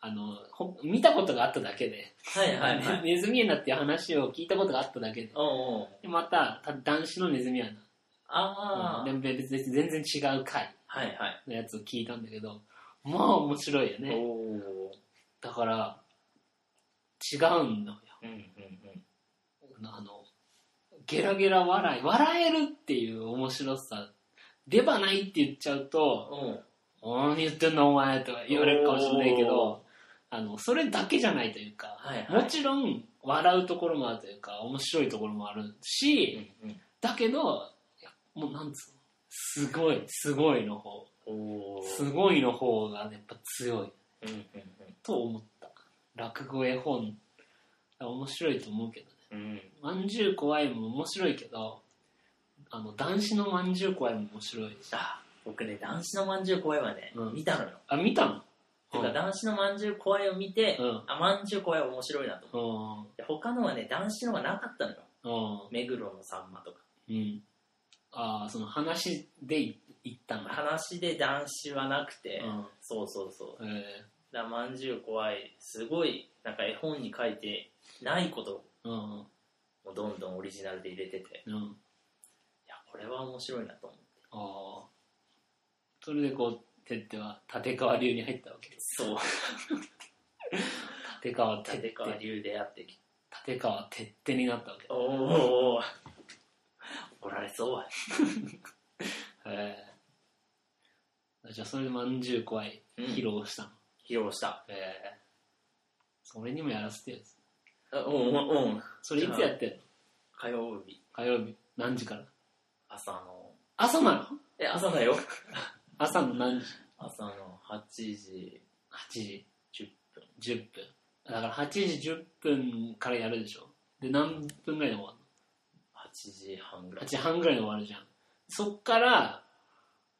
[SPEAKER 1] あのほ見たことがあっただけで
[SPEAKER 2] はいはいは い。
[SPEAKER 1] ネズミ穴っていう話を聞いたことがあっただけで。
[SPEAKER 2] おお
[SPEAKER 1] でまた、た男子のネズミ穴。
[SPEAKER 2] ああ。
[SPEAKER 1] うんで別に全然違う回
[SPEAKER 2] はいはい。
[SPEAKER 1] のやつを聞いたんだけど、まあ面白いよ
[SPEAKER 2] お
[SPEAKER 1] ね。
[SPEAKER 2] お
[SPEAKER 1] だから、違うんだよ。
[SPEAKER 2] うんうん
[SPEAKER 1] あの、ゲラゲラ笑い。笑えるっていう面白さ。出ばないって言っちゃうと、
[SPEAKER 2] うん。うん。
[SPEAKER 1] 何言ってんのお前とか言われるかもしれないけど、あの、それだけじゃないというか、
[SPEAKER 2] はいはい。
[SPEAKER 1] もちろん笑うところもあるというか、面白いところもあるし、
[SPEAKER 2] うんうん。
[SPEAKER 1] だけど、いやもうなんつうのすごい、すごいの方。
[SPEAKER 2] おお
[SPEAKER 1] すごいの方がやっぱ強い
[SPEAKER 2] うんうん
[SPEAKER 1] と思った。落語絵本、面白いと思うけどね。
[SPEAKER 2] うん。うん。
[SPEAKER 1] まんじゅう怖いも面白いけど、あの、男子のまんじゅう怖いも面白いし。
[SPEAKER 2] あ、僕ね、男子のまんじゅう怖いはね、
[SPEAKER 1] うん
[SPEAKER 2] 見たのよ。
[SPEAKER 1] あ、見たの
[SPEAKER 2] てか、男子のまんじゅう怖いを見て、
[SPEAKER 1] うん
[SPEAKER 2] あ、まんじゅう怖い面白いなと思っ
[SPEAKER 1] うん。
[SPEAKER 2] て。他のはね、男子のはなかったのよ。
[SPEAKER 1] うん。
[SPEAKER 2] 目黒のさんまとか。
[SPEAKER 1] うん。ああ、その話でい言ったんだ。
[SPEAKER 2] 話で男子はなくて、
[SPEAKER 1] う
[SPEAKER 2] そうそうそう。
[SPEAKER 1] ん。え
[SPEAKER 2] だからまんじゅう怖い、すごい、なんか絵本に書いてないこと
[SPEAKER 1] ー、うん。
[SPEAKER 2] をどんどんオリジナルで入れてて、
[SPEAKER 1] うん。
[SPEAKER 2] いや、これは面白いなと思って。
[SPEAKER 1] ああ。それでこう、手っては立川流に入ったわけです。
[SPEAKER 2] そう。
[SPEAKER 1] 立川手って
[SPEAKER 2] 立、川流でやってきて。
[SPEAKER 1] 立川手ってになったわけ。
[SPEAKER 2] おー。怒られそう。
[SPEAKER 1] へえじゃあそれでまんじゅう怖い、
[SPEAKER 2] うん
[SPEAKER 1] 披露したの。
[SPEAKER 2] 披露した。
[SPEAKER 1] へえそれにもやらせてよ。
[SPEAKER 2] あうんうんうん。
[SPEAKER 1] それいつやってんの
[SPEAKER 2] 火曜日、
[SPEAKER 1] 火曜日、何時から
[SPEAKER 2] 朝の。
[SPEAKER 1] 朝なの
[SPEAKER 2] え、朝だよ。
[SPEAKER 1] 朝の何時
[SPEAKER 2] 朝の8時
[SPEAKER 1] ?8 時
[SPEAKER 2] 10分。
[SPEAKER 1] 10分。だから8時10分からやるでしょ。で、何分ぐらいで終わる
[SPEAKER 2] 8時半ぐ
[SPEAKER 1] の
[SPEAKER 2] ら
[SPEAKER 1] ?8
[SPEAKER 2] い。
[SPEAKER 1] 時半ぐらいで終わるじゃん。そっから、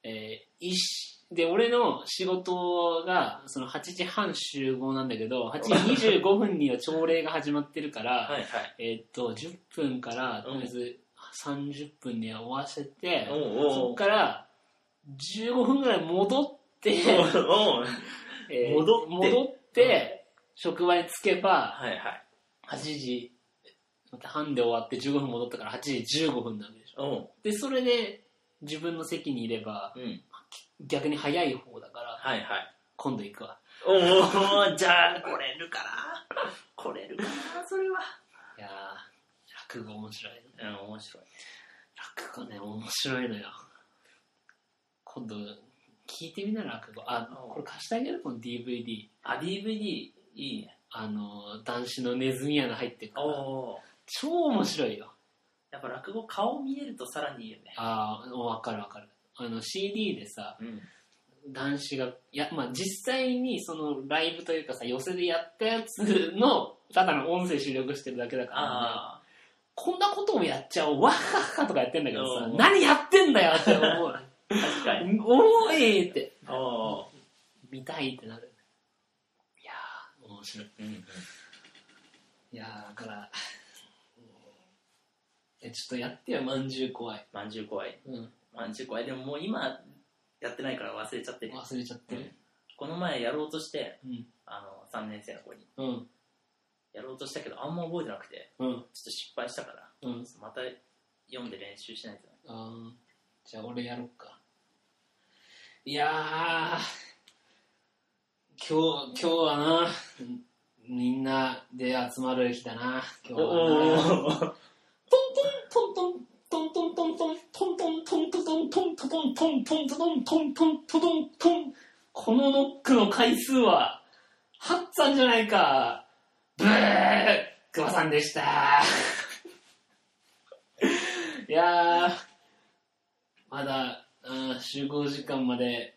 [SPEAKER 1] えー、一しで、俺の仕事が、その8時半集合なんだけど、8時25分には朝礼が始まってるから、
[SPEAKER 2] はいはい。
[SPEAKER 1] えーっと、10分から、と
[SPEAKER 2] うん
[SPEAKER 1] りあえず30分には終わらせて、
[SPEAKER 2] おう
[SPEAKER 1] そ
[SPEAKER 2] おう
[SPEAKER 1] っから15分ぐらい戻って、
[SPEAKER 2] おうおう
[SPEAKER 1] えー
[SPEAKER 2] 戻って
[SPEAKER 1] 戻って職場に着けば、
[SPEAKER 2] はいはい。
[SPEAKER 1] 8時、また半で終わって15分戻ったから8時15分なんでしょ。
[SPEAKER 2] おう
[SPEAKER 1] で、それで自分の席にいれば、
[SPEAKER 2] うん。
[SPEAKER 1] 逆に早い方だから、
[SPEAKER 2] はいはい。
[SPEAKER 1] 今度行くわ。
[SPEAKER 2] おうおうじゃあ、来れるかな来れるかなそれは。
[SPEAKER 1] いやー、落語面白いね。
[SPEAKER 2] うん、面白い。
[SPEAKER 1] 落語ね、面白いのよ。今度、聞いてみな、落語。あ、
[SPEAKER 2] うん
[SPEAKER 1] これ貸してあげるこの DVD。
[SPEAKER 2] あ、DVD、いいね。
[SPEAKER 1] あの、男子のネズミ穴入ってるから。
[SPEAKER 2] おお。
[SPEAKER 1] 超面白いよ。
[SPEAKER 2] やっぱ落語顔見えるとさらにいいよね。
[SPEAKER 1] ああ、わかるわかる。あの、CD でさ、
[SPEAKER 2] うん。
[SPEAKER 1] 男子が、いや、まあ、実際にそのライブというかさ、寄せでやったやつの、ただの音声収録してるだけだから、
[SPEAKER 2] あ
[SPEAKER 1] こんなこともやっちゃおう、わっはっはとかやってんだけどさ
[SPEAKER 2] う、ん
[SPEAKER 1] 何やってんだよって思 う。
[SPEAKER 2] あ、確かに。
[SPEAKER 1] 重いって、
[SPEAKER 2] おお。
[SPEAKER 1] 見たいってなる。いやー、面白い。
[SPEAKER 2] うん。
[SPEAKER 1] いやー、だから、え、ちょっとやってよ、まんじゅう怖い。
[SPEAKER 2] まんじゅう怖い。
[SPEAKER 1] うん、
[SPEAKER 2] まんじゅう怖い。でももう今、やってないから忘れちゃってる。
[SPEAKER 1] 忘れちゃってる。
[SPEAKER 2] この前やろうとして、
[SPEAKER 1] うん、
[SPEAKER 2] あの、3年生の子に。
[SPEAKER 1] うん、
[SPEAKER 2] やろうとしたけど、あんま覚えてなくて、
[SPEAKER 1] うん、
[SPEAKER 2] ちょっと失敗したから、
[SPEAKER 1] うん。
[SPEAKER 2] また読んで練習しないとね。
[SPEAKER 1] あーじゃあ俺やろうかいやー今日今日はなみんなで集まる日だな今日はな
[SPEAKER 2] お
[SPEAKER 1] トントントントントントントントントントントントントントントントントントントントントンこのノックの回数はハッツァンじゃないかブークマさんでした いやーまだあー集合時間まで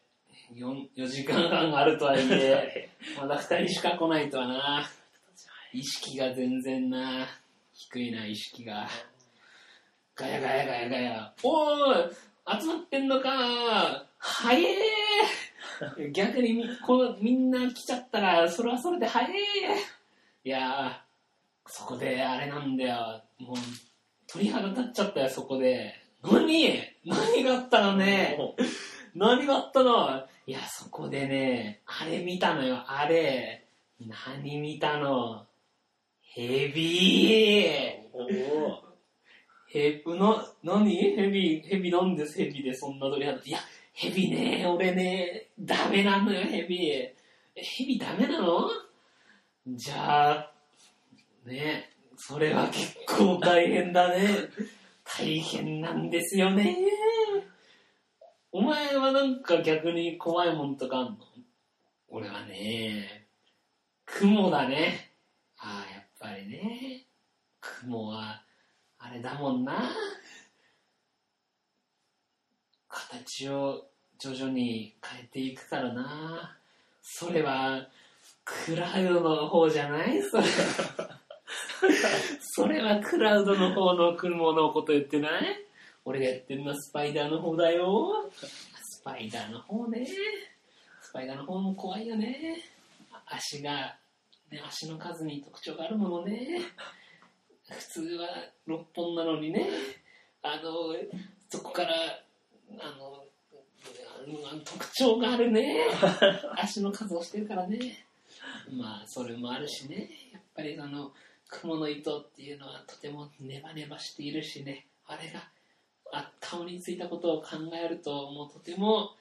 [SPEAKER 1] 4, 4時間半あるとはいえまだ2人しか来ないとはな意識が全然な低いな意識がガヤガヤガヤガヤおー集まってんのか早えー逆にみこのみんな来ちゃったらそれはそれで早えいやーそこであれなんだよもう鳥肌立っちゃったよそこで何何があったのね何があったのいや、そこでね、あれ見たのよ、あれ。何見たのヘビー
[SPEAKER 2] おお
[SPEAKER 1] ヘビ、な、何ヘビ、ヘビなんです、ヘビでそんな鳥肌。いや、ヘビね、俺ね、ダメなのよ、ヘビ。えヘビダメなのじゃあ、ね、それは結構大変だね。大変なんですよね。お前はなんか逆に怖いもんとかあんの俺はね、雲だね。ああ、やっぱりね。雲は、あれだもんな。形を徐々に変えていくからな。それは、クラウドの方じゃないそれ。それはクラウドの方の雲のこと言ってない俺がやってるのはスパイダーの方だよ。スパイダーの方ね。スパイダーの方も怖いよね。あ足が、ね、足の数に特徴があるものね。普通は6本なのにねあのそこからあのあの特徴があるね足の数をしてるからねまあそれもあるしねやっぱりあの雲の糸っていうのはとてもネバネバしているしねあれがあ顔についたことを考えるともうとても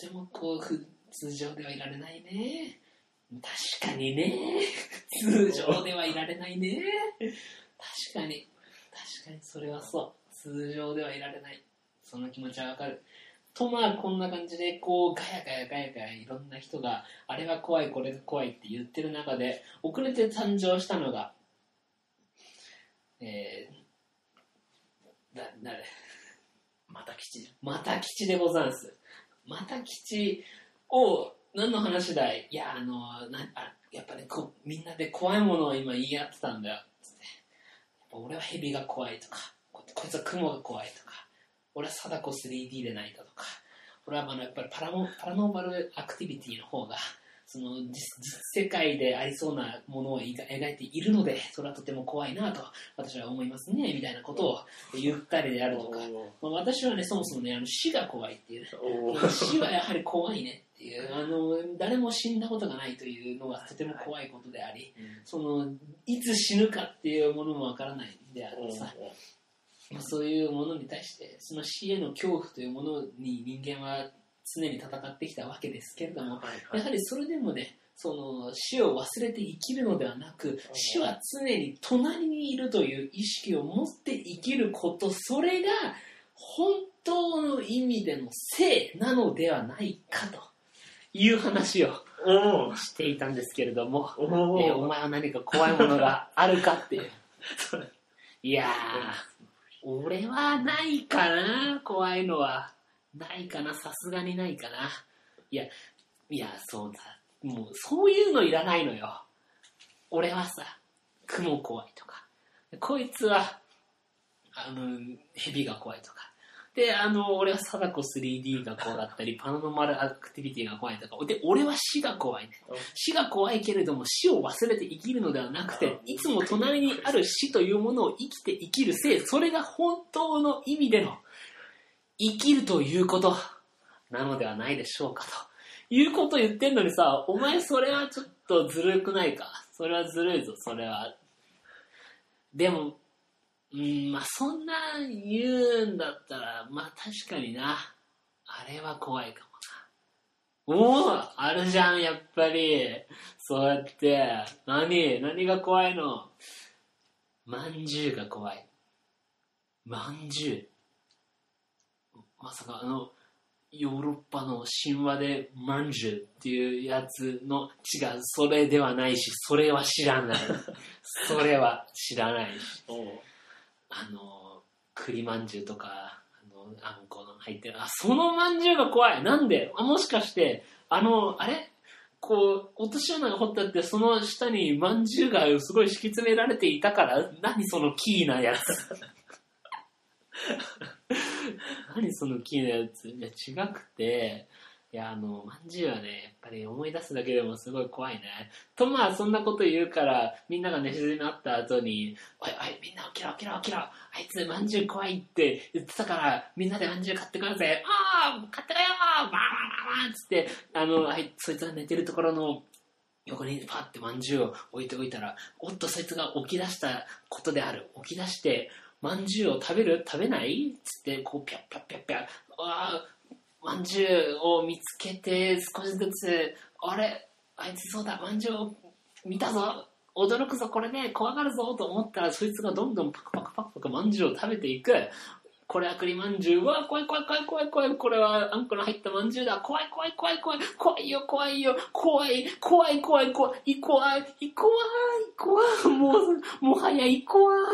[SPEAKER 1] とてもこうふ通常ではいられないね確かにね通常ではいられないね確かに確かにそれはそう通常ではいられないその気持ちはわかるとまあこんな感じでこうガヤガヤガヤガヤいろんな人があれは怖いこれが怖いって言ってる中で遅れて誕生したのがえー、な誰
[SPEAKER 2] また吉じ
[SPEAKER 1] また吉でござんす。また吉を、何の話だいいや、あの、なあやっぱねこ、みんなで怖いものを今言い合ってたんだよ。つってやっぱ俺は蛇が怖いとか、ここいつは雲が怖いとか、俺は貞子 3D でないだとか、俺はあのやっぱりパラモパラノーマルアクティビティの方が、その実実世界でありそうなものを描描いているので、それはとても怖いなと私は思いますね、みたいなことを言ったりであ
[SPEAKER 2] ゃん
[SPEAKER 1] るとか、まあ、私はね、そもそもね、あの死が怖いっていう、ね、
[SPEAKER 2] おー
[SPEAKER 1] 死はやはり怖いねっていう、あの誰も死んだことがないというのがとても怖いことであり、そのいつ死ぬかっていうものもわからないであるさ、まあ、そういうものに対して、その死への恐怖というものに人間は常に戦ってきたわけですけれども、
[SPEAKER 2] はい
[SPEAKER 1] や
[SPEAKER 2] は
[SPEAKER 1] はいりそれでもね、その死を忘れて生きるのではなく死は常に隣にいるという意識を持って生きることそれが本当の意味での生なのではないかという話を
[SPEAKER 2] おー
[SPEAKER 1] していたんですけれども、
[SPEAKER 2] お
[SPEAKER 1] え
[SPEAKER 2] ー
[SPEAKER 1] ーお前は何か怖いものがあるか っていう
[SPEAKER 2] それ
[SPEAKER 1] いやー俺はないかな怖いのはないかなさすがにないかないやいやそうだもうそういうのいらないのよ俺はさ雲怖いとかこいつはあの蛇が怖いとかであの俺は貞子 3D が怖かったりパノマルアクティビティが怖いとかで俺は死が怖いね死が怖いけれども死を忘れて生きるのではなくていつも隣にある死というものを生きて生きる性それが本当の意味での生きるということなのではないでしょうかということを言ってんのにさお前それはちょっとずるくないかそれはずるいぞそれはでもうんまあそんな言うんだったらまあ確かになあれは怖いかもなおおあるじゃん、やっぱり。そうやって。何何が怖いのまんじゅうが怖い。まんじゅう。まさかあの、ヨーロッパの神話でまんじゅうっていうやつの、違う、それではないし、それは知らない。それは知らないし。
[SPEAKER 2] おー
[SPEAKER 1] あの、栗まんじゅうとか、あの、あんこの入ってる。あ、そのまんじゅうが怖い。なんであもしかして、あの、あれこう、落とし穴が掘ってあって、その下にまんじゅうがすごい敷き詰められていたから、何そのキーなやつ。 何そのキーなやつ。いや、違くて、いや、あの、まんじゅうはね、やっぱり思い出すだけでもすごい怖いね。と、まあ、そんなこと言うから、みんなが寝静になった後に、おいおい、みんな起きろ起きろ起きろ。あいつ、まんじゅう怖いって言ってたから、みんなでまんじゅう買ってこようぜ。ああ、買ってこようバーバーバーバーっつって、あの、あいそいつが寝てるところの、横にパッてまんじゅうを置いておいたら、おっとそいつが起き出したことである。起き出して、まんじゅうを食べる食べないつって、こう、ぴゃっぴゃっぴゃっぴゃ。わあ、まんじゅうを見つけて、少しずつ、あれ、あいつそうだ、まんじゅうを見たぞ。驚くぞこれね怖がるぞと思ったらそいつがどんどんパクパクパクパクまんじゅうを食べていくこれは栗まんじゅううわ怖い怖い怖い怖い怖いこれはあんこの入ったまんじゅうだ怖い怖い怖い怖い怖いよ怖いよ怖い怖い怖い怖い怖い怖い怖いもうもはやい怖い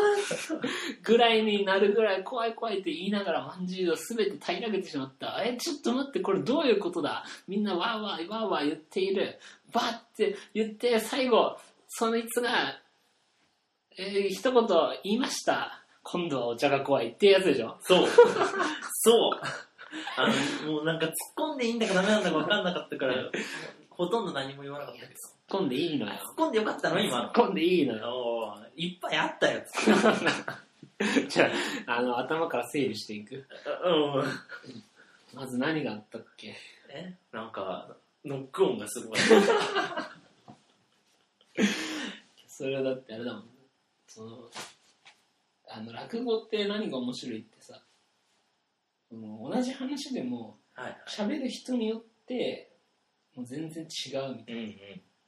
[SPEAKER 1] ぐらいになるぐらい怖い怖いって言いながらまんじゅうを全て平らげてしまったえちょっと待ってこれどういうことだみんなわーわーわーわー言っているバーって言って最後そのいつが、えー一言言いました。今度はお茶が怖いっていうやつでしょ。
[SPEAKER 2] そう。そう。あの、もうなんか突っ込んでいいんだかダメなんだか分かんなかったから、ほとんど何も言わなかったけど。
[SPEAKER 1] 今度いいのよ。
[SPEAKER 2] 突っ込んでよかったの今の。
[SPEAKER 1] 今度いいのよ。
[SPEAKER 2] おーいっぱいあったやつ。
[SPEAKER 1] じゃあ、あの、頭から整理していく。
[SPEAKER 2] うん。
[SPEAKER 1] まず何があったっけ
[SPEAKER 2] えなんか、ノック音がすごい。
[SPEAKER 1] それはだってあれだもん。その、あの、落語って何が面白いってさ、その同じ話でも、
[SPEAKER 2] ははい
[SPEAKER 1] 喋る人によってもう全然違うみた
[SPEAKER 2] うんうん
[SPEAKER 1] い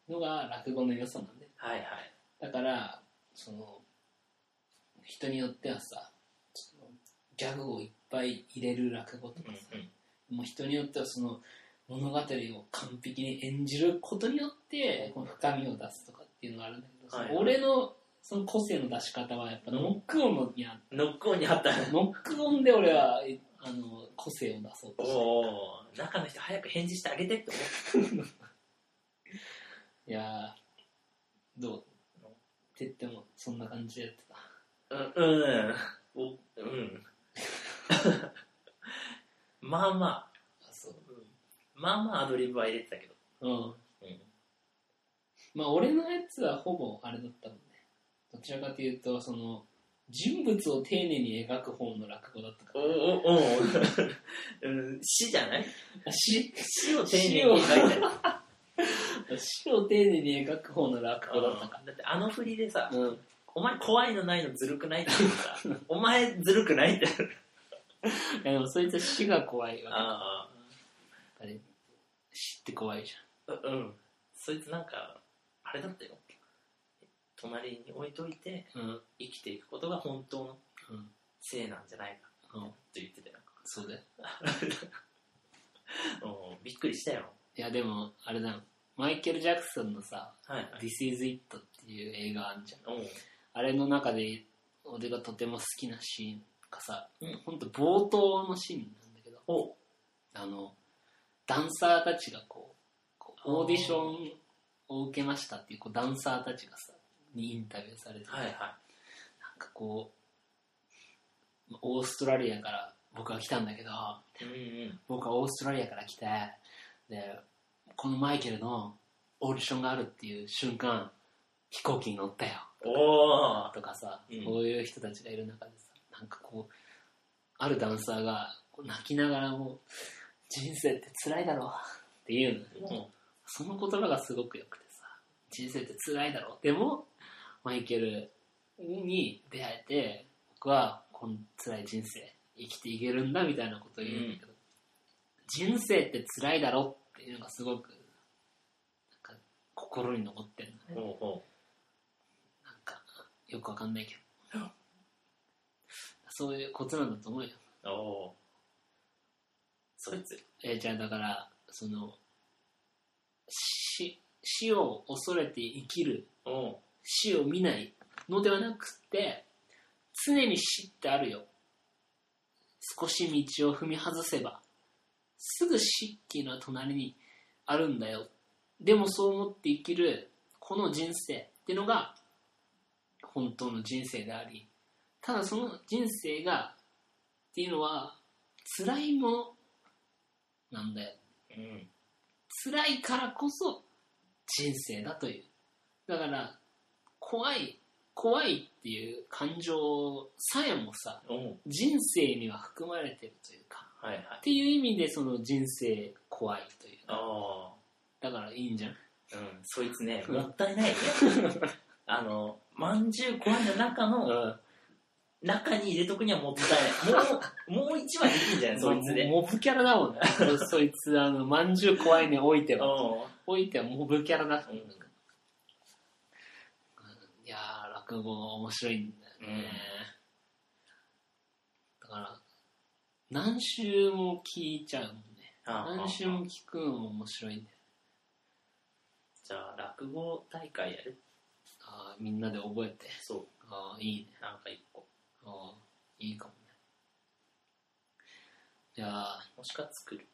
[SPEAKER 1] なのが落語の良さなんで
[SPEAKER 2] はいはい
[SPEAKER 1] だからその人によってはさそのギャグをいっぱい入れる落語と
[SPEAKER 2] う
[SPEAKER 1] か
[SPEAKER 2] ん
[SPEAKER 1] さ、もう人によってはその物語を完璧に演じることによってこの深みを出すとかっていうのがあるんだけど、
[SPEAKER 2] はいはい
[SPEAKER 1] 俺のその個性の出し方はやっぱノックオンのにあっ
[SPEAKER 2] うんノックオンにあった
[SPEAKER 1] たノックオンで俺はえあの個性を出そうとし
[SPEAKER 2] おお中の人早く返事してあげてって思って
[SPEAKER 1] いやーどうって言ってもそんな感じでやってた
[SPEAKER 2] うんうんおうん まあまあ
[SPEAKER 1] あそう
[SPEAKER 2] まあまあアドリブは入れてたけど、
[SPEAKER 1] うん
[SPEAKER 2] うん、
[SPEAKER 1] まあ俺のやつはほぼあれだったもんねどちらかというとその人物を丁寧に描く方の落語だったか
[SPEAKER 2] お
[SPEAKER 1] ら
[SPEAKER 2] おおうん死じゃない
[SPEAKER 1] あし
[SPEAKER 2] 死を丁寧に描いたり
[SPEAKER 1] 死を丁寧に描く方の落語だったか
[SPEAKER 2] だってあの振りでさ、
[SPEAKER 1] ら、うん、
[SPEAKER 2] お前怖いのないのずるくないって言うさお前ずるくないっ
[SPEAKER 1] い
[SPEAKER 2] て
[SPEAKER 1] やでもそいつは死が怖いわ
[SPEAKER 2] あ
[SPEAKER 1] けあれ死って怖いじ
[SPEAKER 2] あうんそいつなんかあれだったよ隣に置いといて
[SPEAKER 1] ゃん、うん
[SPEAKER 2] 生きていくことが本当の
[SPEAKER 1] うん
[SPEAKER 2] 性なんじゃないか
[SPEAKER 1] うん、
[SPEAKER 2] と言ってたよ
[SPEAKER 1] そうだよ
[SPEAKER 2] うんびっくりしたよ
[SPEAKER 1] いやでもあれだよマイケル・ジャクソンのさ
[SPEAKER 2] はいは
[SPEAKER 1] 「This
[SPEAKER 2] い
[SPEAKER 1] is It」っていう映画あんじゃん
[SPEAKER 2] うん
[SPEAKER 1] あれの中で俺がとても好きなシーンがさ、
[SPEAKER 2] うん
[SPEAKER 1] ほんと冒頭のシーンなんだけど
[SPEAKER 2] おう
[SPEAKER 1] あのダンサーたちがこうこうオーディションを受けましたっていうこうダンサーたちがさにインタビューされてて、
[SPEAKER 2] はいは
[SPEAKER 1] なんかこうまあオーストラリアから僕は来たんだけど
[SPEAKER 2] いうんうん
[SPEAKER 1] 僕はオーストラリアから来てでこのマイケルのオーディションがあるっていう瞬間飛行機に乗ったよ
[SPEAKER 2] おー
[SPEAKER 1] とかさ、
[SPEAKER 2] うん
[SPEAKER 1] こういう人たちがいる中でさなんかこうあるダンサーがこう泣きながらも「人生って辛いだろ」っていうの
[SPEAKER 2] うん
[SPEAKER 1] その言葉がすごく良くてさ人生って辛いだろうでもマイケルに出会えて僕はこの辛い人生生きていけるんだみたいなことを言うんだけど、人生って辛いだろうっていうのがすごくなんか心に残ってるのね
[SPEAKER 2] おうおう
[SPEAKER 1] なんかよくわかんないけどそういうことなんだと思うよ
[SPEAKER 2] おおそいつ
[SPEAKER 1] えーじゃあだからその死死を恐れて生きる
[SPEAKER 2] おう
[SPEAKER 1] 死を見ないのではなくて常に死ってあるよ少し道を踏み外せばすぐ死っていうのは隣にあるんだよでもそう思って生きるこの人生っていうのが本当の人生でありただその人生がっていうのは辛いものなんだよ
[SPEAKER 2] うん
[SPEAKER 1] 辛いからこそ人生だというだから怖い怖いっていう感情さえもさ
[SPEAKER 2] おう
[SPEAKER 1] 人生には含まれてるというか
[SPEAKER 2] はいはい
[SPEAKER 1] っていう意味でその人生怖いという
[SPEAKER 2] あ
[SPEAKER 1] だからいいんじゃん
[SPEAKER 2] あ、うん、そいつね、
[SPEAKER 1] うん
[SPEAKER 2] もったいない ね。あの、まんじゅう怖いの中の、中に入れとくにはもったいない。もう、もう一枚できんじゃ ないそいつで。
[SPEAKER 1] モブキャラだもん ねそいつあのまんじゅう怖いねおいては
[SPEAKER 2] う
[SPEAKER 1] おいてはモブキャラだ、
[SPEAKER 2] うん
[SPEAKER 1] いやー落語は面白いんだよね、だから何週も聞いちゃうもんね
[SPEAKER 2] ん。
[SPEAKER 1] 何週も聞くのも面白いね
[SPEAKER 2] じゃあ、落語大会やる
[SPEAKER 1] あーみんなで覚えて
[SPEAKER 2] そ
[SPEAKER 1] あーいいね
[SPEAKER 2] う。なんか一個。
[SPEAKER 1] あーいいかもねじゃあ
[SPEAKER 2] もしか作る。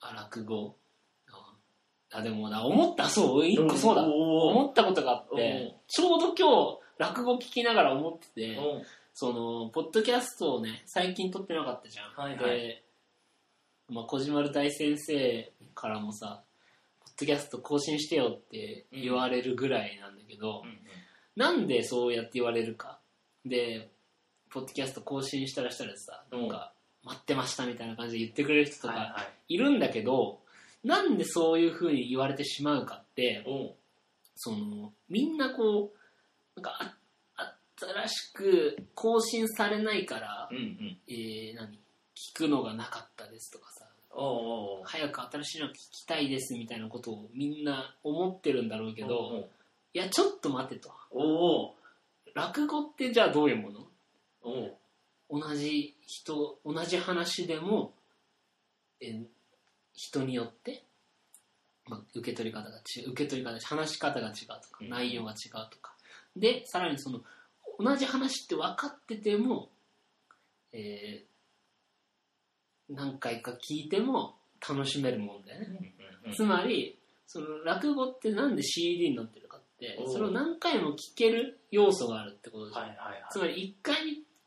[SPEAKER 1] あ落語あーあでもな思ったそう一個そうだ
[SPEAKER 2] お
[SPEAKER 1] 思ったことがあっ
[SPEAKER 2] う
[SPEAKER 1] てちょうど今日落語聞きながら思ってて
[SPEAKER 2] お
[SPEAKER 1] そのポッドキャストをね最近撮ってなかったじゃん、
[SPEAKER 2] はいはい
[SPEAKER 1] で、まあ、小島る大先生からもさポッドキャスト更新してよって言われるぐらいなんだけど、なんでそうやって言われるかでポッドキャスト更新したらしたらさなんか待ってましたみたいな感じで言ってくれる人と
[SPEAKER 2] はい
[SPEAKER 1] か
[SPEAKER 2] はい。
[SPEAKER 1] いるんだけど、なんでそういうふうに言われてしまうかって
[SPEAKER 2] お
[SPEAKER 1] そのみんなこうなんかあ新しく更新されないから
[SPEAKER 2] う、んうん。
[SPEAKER 1] えー何聞くのがなかったですとかさ
[SPEAKER 2] おうおう
[SPEAKER 1] 早く新しいの聞きたいですみたいなことをみんな思ってるんだろうけど、
[SPEAKER 2] おう
[SPEAKER 1] いやちょっと待てと
[SPEAKER 2] おう
[SPEAKER 1] 落語ってじゃあどういうもの
[SPEAKER 2] おう
[SPEAKER 1] 同じ人同じ話でもえ人によって、まあ、受け取り方が違う受け取り方話し方が違うとか
[SPEAKER 2] うん
[SPEAKER 1] 内容が違うとか、でさらにその同じ話って分かってても、えー何回か聞いても楽しめるもんだよね、つまりその落語ってなんで CD になってるかって
[SPEAKER 2] おう
[SPEAKER 1] それを何回も聞ける要素があるってことじゃん
[SPEAKER 2] はいはいはい
[SPEAKER 1] つまり一回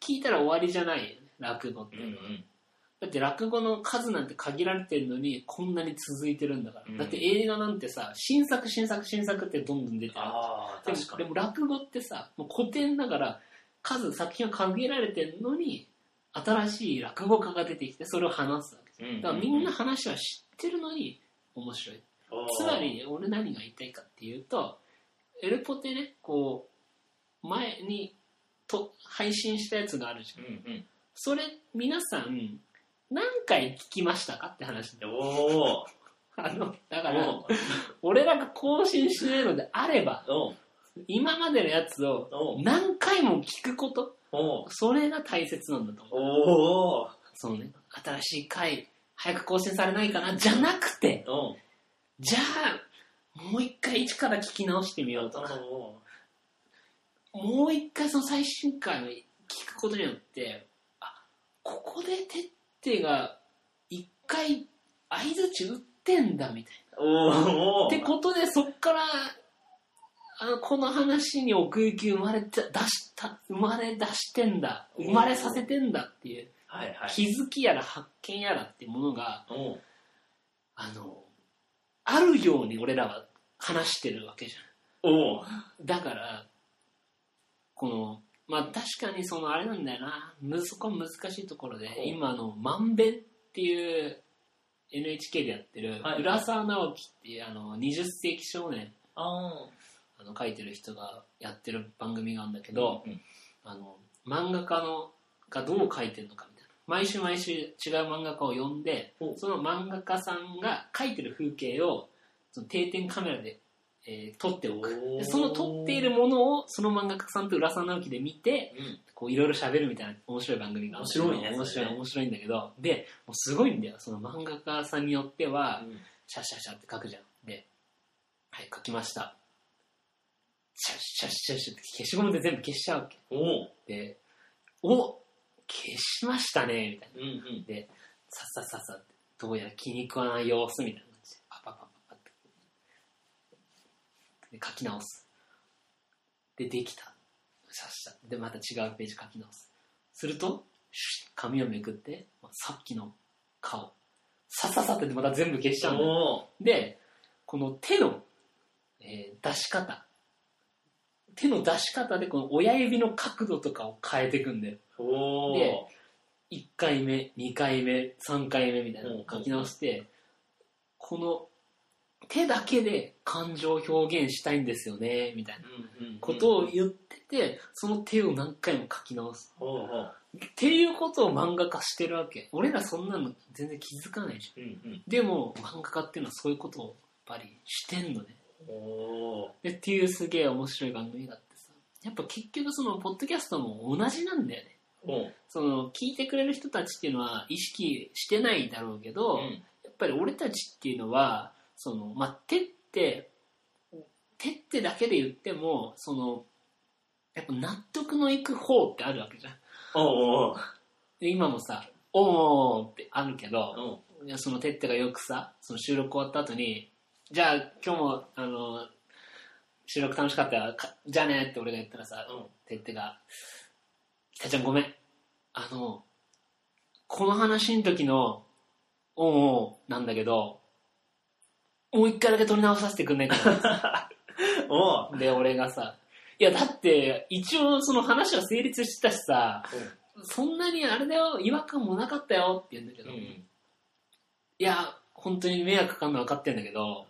[SPEAKER 1] 聞いたら終わりじゃないよね落語って、
[SPEAKER 2] うんうん
[SPEAKER 1] だって落語の数なんて限られてるのにこんなに続いてるんだから、
[SPEAKER 2] うん
[SPEAKER 1] だって映画なんてさ新作新作新作ってどんどん出てる
[SPEAKER 2] ああ
[SPEAKER 1] でも
[SPEAKER 2] 確か
[SPEAKER 1] で
[SPEAKER 2] に
[SPEAKER 1] も落語ってさもう古典だから数作品は限られてるのに新しい落語家が出てきてそれを話すわけ
[SPEAKER 2] うんうんうん
[SPEAKER 1] だからみんな話は知ってるのに面白い
[SPEAKER 2] おう
[SPEAKER 1] つまり俺何が言いたいかっていうとエルポテねこう前にと配信したやつがあるじゃ
[SPEAKER 2] うんんうん
[SPEAKER 1] それ皆さん何回聞きましたかって話だよ
[SPEAKER 2] おう
[SPEAKER 1] あのだから
[SPEAKER 2] おう
[SPEAKER 1] 俺らが更新しないのであれば
[SPEAKER 2] おう
[SPEAKER 1] 今までのやつを
[SPEAKER 2] おう
[SPEAKER 1] 何回も聞くこと
[SPEAKER 2] おう
[SPEAKER 1] それが大切なんだと思う
[SPEAKER 2] おう
[SPEAKER 1] そのね新しい回早く更新されないかなじゃなくて
[SPEAKER 2] おう
[SPEAKER 1] じゃあもう一回一から聞き直してみようと
[SPEAKER 2] おう
[SPEAKER 1] もう一回その最新回を聞くことによってあここでてってが一回相づち打ってんだみたい
[SPEAKER 2] おうおう
[SPEAKER 1] なってことでそっからあのこの話に奥行き生まれた出した生まれ出してんだ生まれさせてんだっていう
[SPEAKER 2] はいはい
[SPEAKER 1] 気づきやら発見やらっていうものが
[SPEAKER 2] おう
[SPEAKER 1] あのあるように俺らは話してるわけじゃん
[SPEAKER 2] おう
[SPEAKER 1] だからこのまあ確かにそのあれなんだよなむそこ難しいところで
[SPEAKER 2] ほう
[SPEAKER 1] 今あの「まんべん」っていう NHK でやってる
[SPEAKER 2] はい
[SPEAKER 1] 浦沢直樹っていうあの20世紀少年
[SPEAKER 2] あ
[SPEAKER 1] あの書いてる人がやってる番組があるんだけ
[SPEAKER 2] ー
[SPEAKER 1] ど、
[SPEAKER 2] うん
[SPEAKER 1] あの漫画家のがどう書いてるのかみたいな毎週毎週違う漫画家を呼んで
[SPEAKER 2] ほう
[SPEAKER 1] その漫画家さんが書いてる風景をその定点カメラで、えー撮っておく
[SPEAKER 2] お
[SPEAKER 1] で
[SPEAKER 2] う
[SPEAKER 1] その撮っているものをその漫画家さんと浦沢直樹で見て
[SPEAKER 2] うん
[SPEAKER 1] こういろいろ喋るみたいな面白い番組があるんだけど
[SPEAKER 2] 面白いね
[SPEAKER 1] 面
[SPEAKER 2] そ
[SPEAKER 1] 白
[SPEAKER 2] れ
[SPEAKER 1] い
[SPEAKER 2] ね
[SPEAKER 1] 面白いんだけどでもうすごいんだよその漫画家さんによってはシャッシャッシャッって書くじゃんではい書きましたシャッシャッシャッシャッって消しゴムで全部消しちゃうわけ
[SPEAKER 2] おう
[SPEAKER 1] でお消しましたねみたいな
[SPEAKER 2] うんうん
[SPEAKER 1] さっさっさっさってどうやら気に食わない様子みたいな感じでパパパパパってで書き直すでできたさっさでまた違うページ書き直すするとシュッ紙をめくってまあさっきの顔さっさっさってまた全部消しちゃうのよ
[SPEAKER 2] おう
[SPEAKER 1] でこの手の、えー出し方手の出し方でこの親指の角度とかを変えていくんだよ
[SPEAKER 2] おー
[SPEAKER 1] で1回目2回目3回目みたいなのを書き直してこの手だけで感情を表現したいんですよねみたいな
[SPEAKER 2] うんうんうん
[SPEAKER 1] ことを言っててその手を何回も書き直す
[SPEAKER 2] おうおう
[SPEAKER 1] っていうことを漫画化してるわけ俺らそんなの全然気づかないじ
[SPEAKER 2] うんうん
[SPEAKER 1] ゃんでも漫画家っていうのはそういうことをやっぱりしてんのね
[SPEAKER 2] おー
[SPEAKER 1] でっていうすげえ面白い番組だってさやっぱ結局そのポッドキャストも同じなんだよね
[SPEAKER 2] おう
[SPEAKER 1] その聞いてくれる人たちっていうのは意識してないだろうけど、やっぱり俺たちっていうのはその、まあ、手って手ってだけで言ってもそのやっぱ納得のいく方ってあるわけじゃん
[SPEAKER 2] おうおう
[SPEAKER 1] で今もさ「おー」ってあるけど
[SPEAKER 2] おう
[SPEAKER 1] いやそのてってがよくさその収録終わった後に「じゃあ今日もあの収録楽しかったよかじゃあね」って俺が言ったらさ
[SPEAKER 2] うん
[SPEAKER 1] てってが「北ちゃんごめんあのこの話の時の「おんおん」なんだけどもう一回だけ取り直させてくんないかな
[SPEAKER 2] おう
[SPEAKER 1] で俺がさ「いやだって一応その話は成立してたしさそんなにあれだよ違和感もなかったよ」って言うんだけど、いや本当に迷惑かかんの分かってんだけど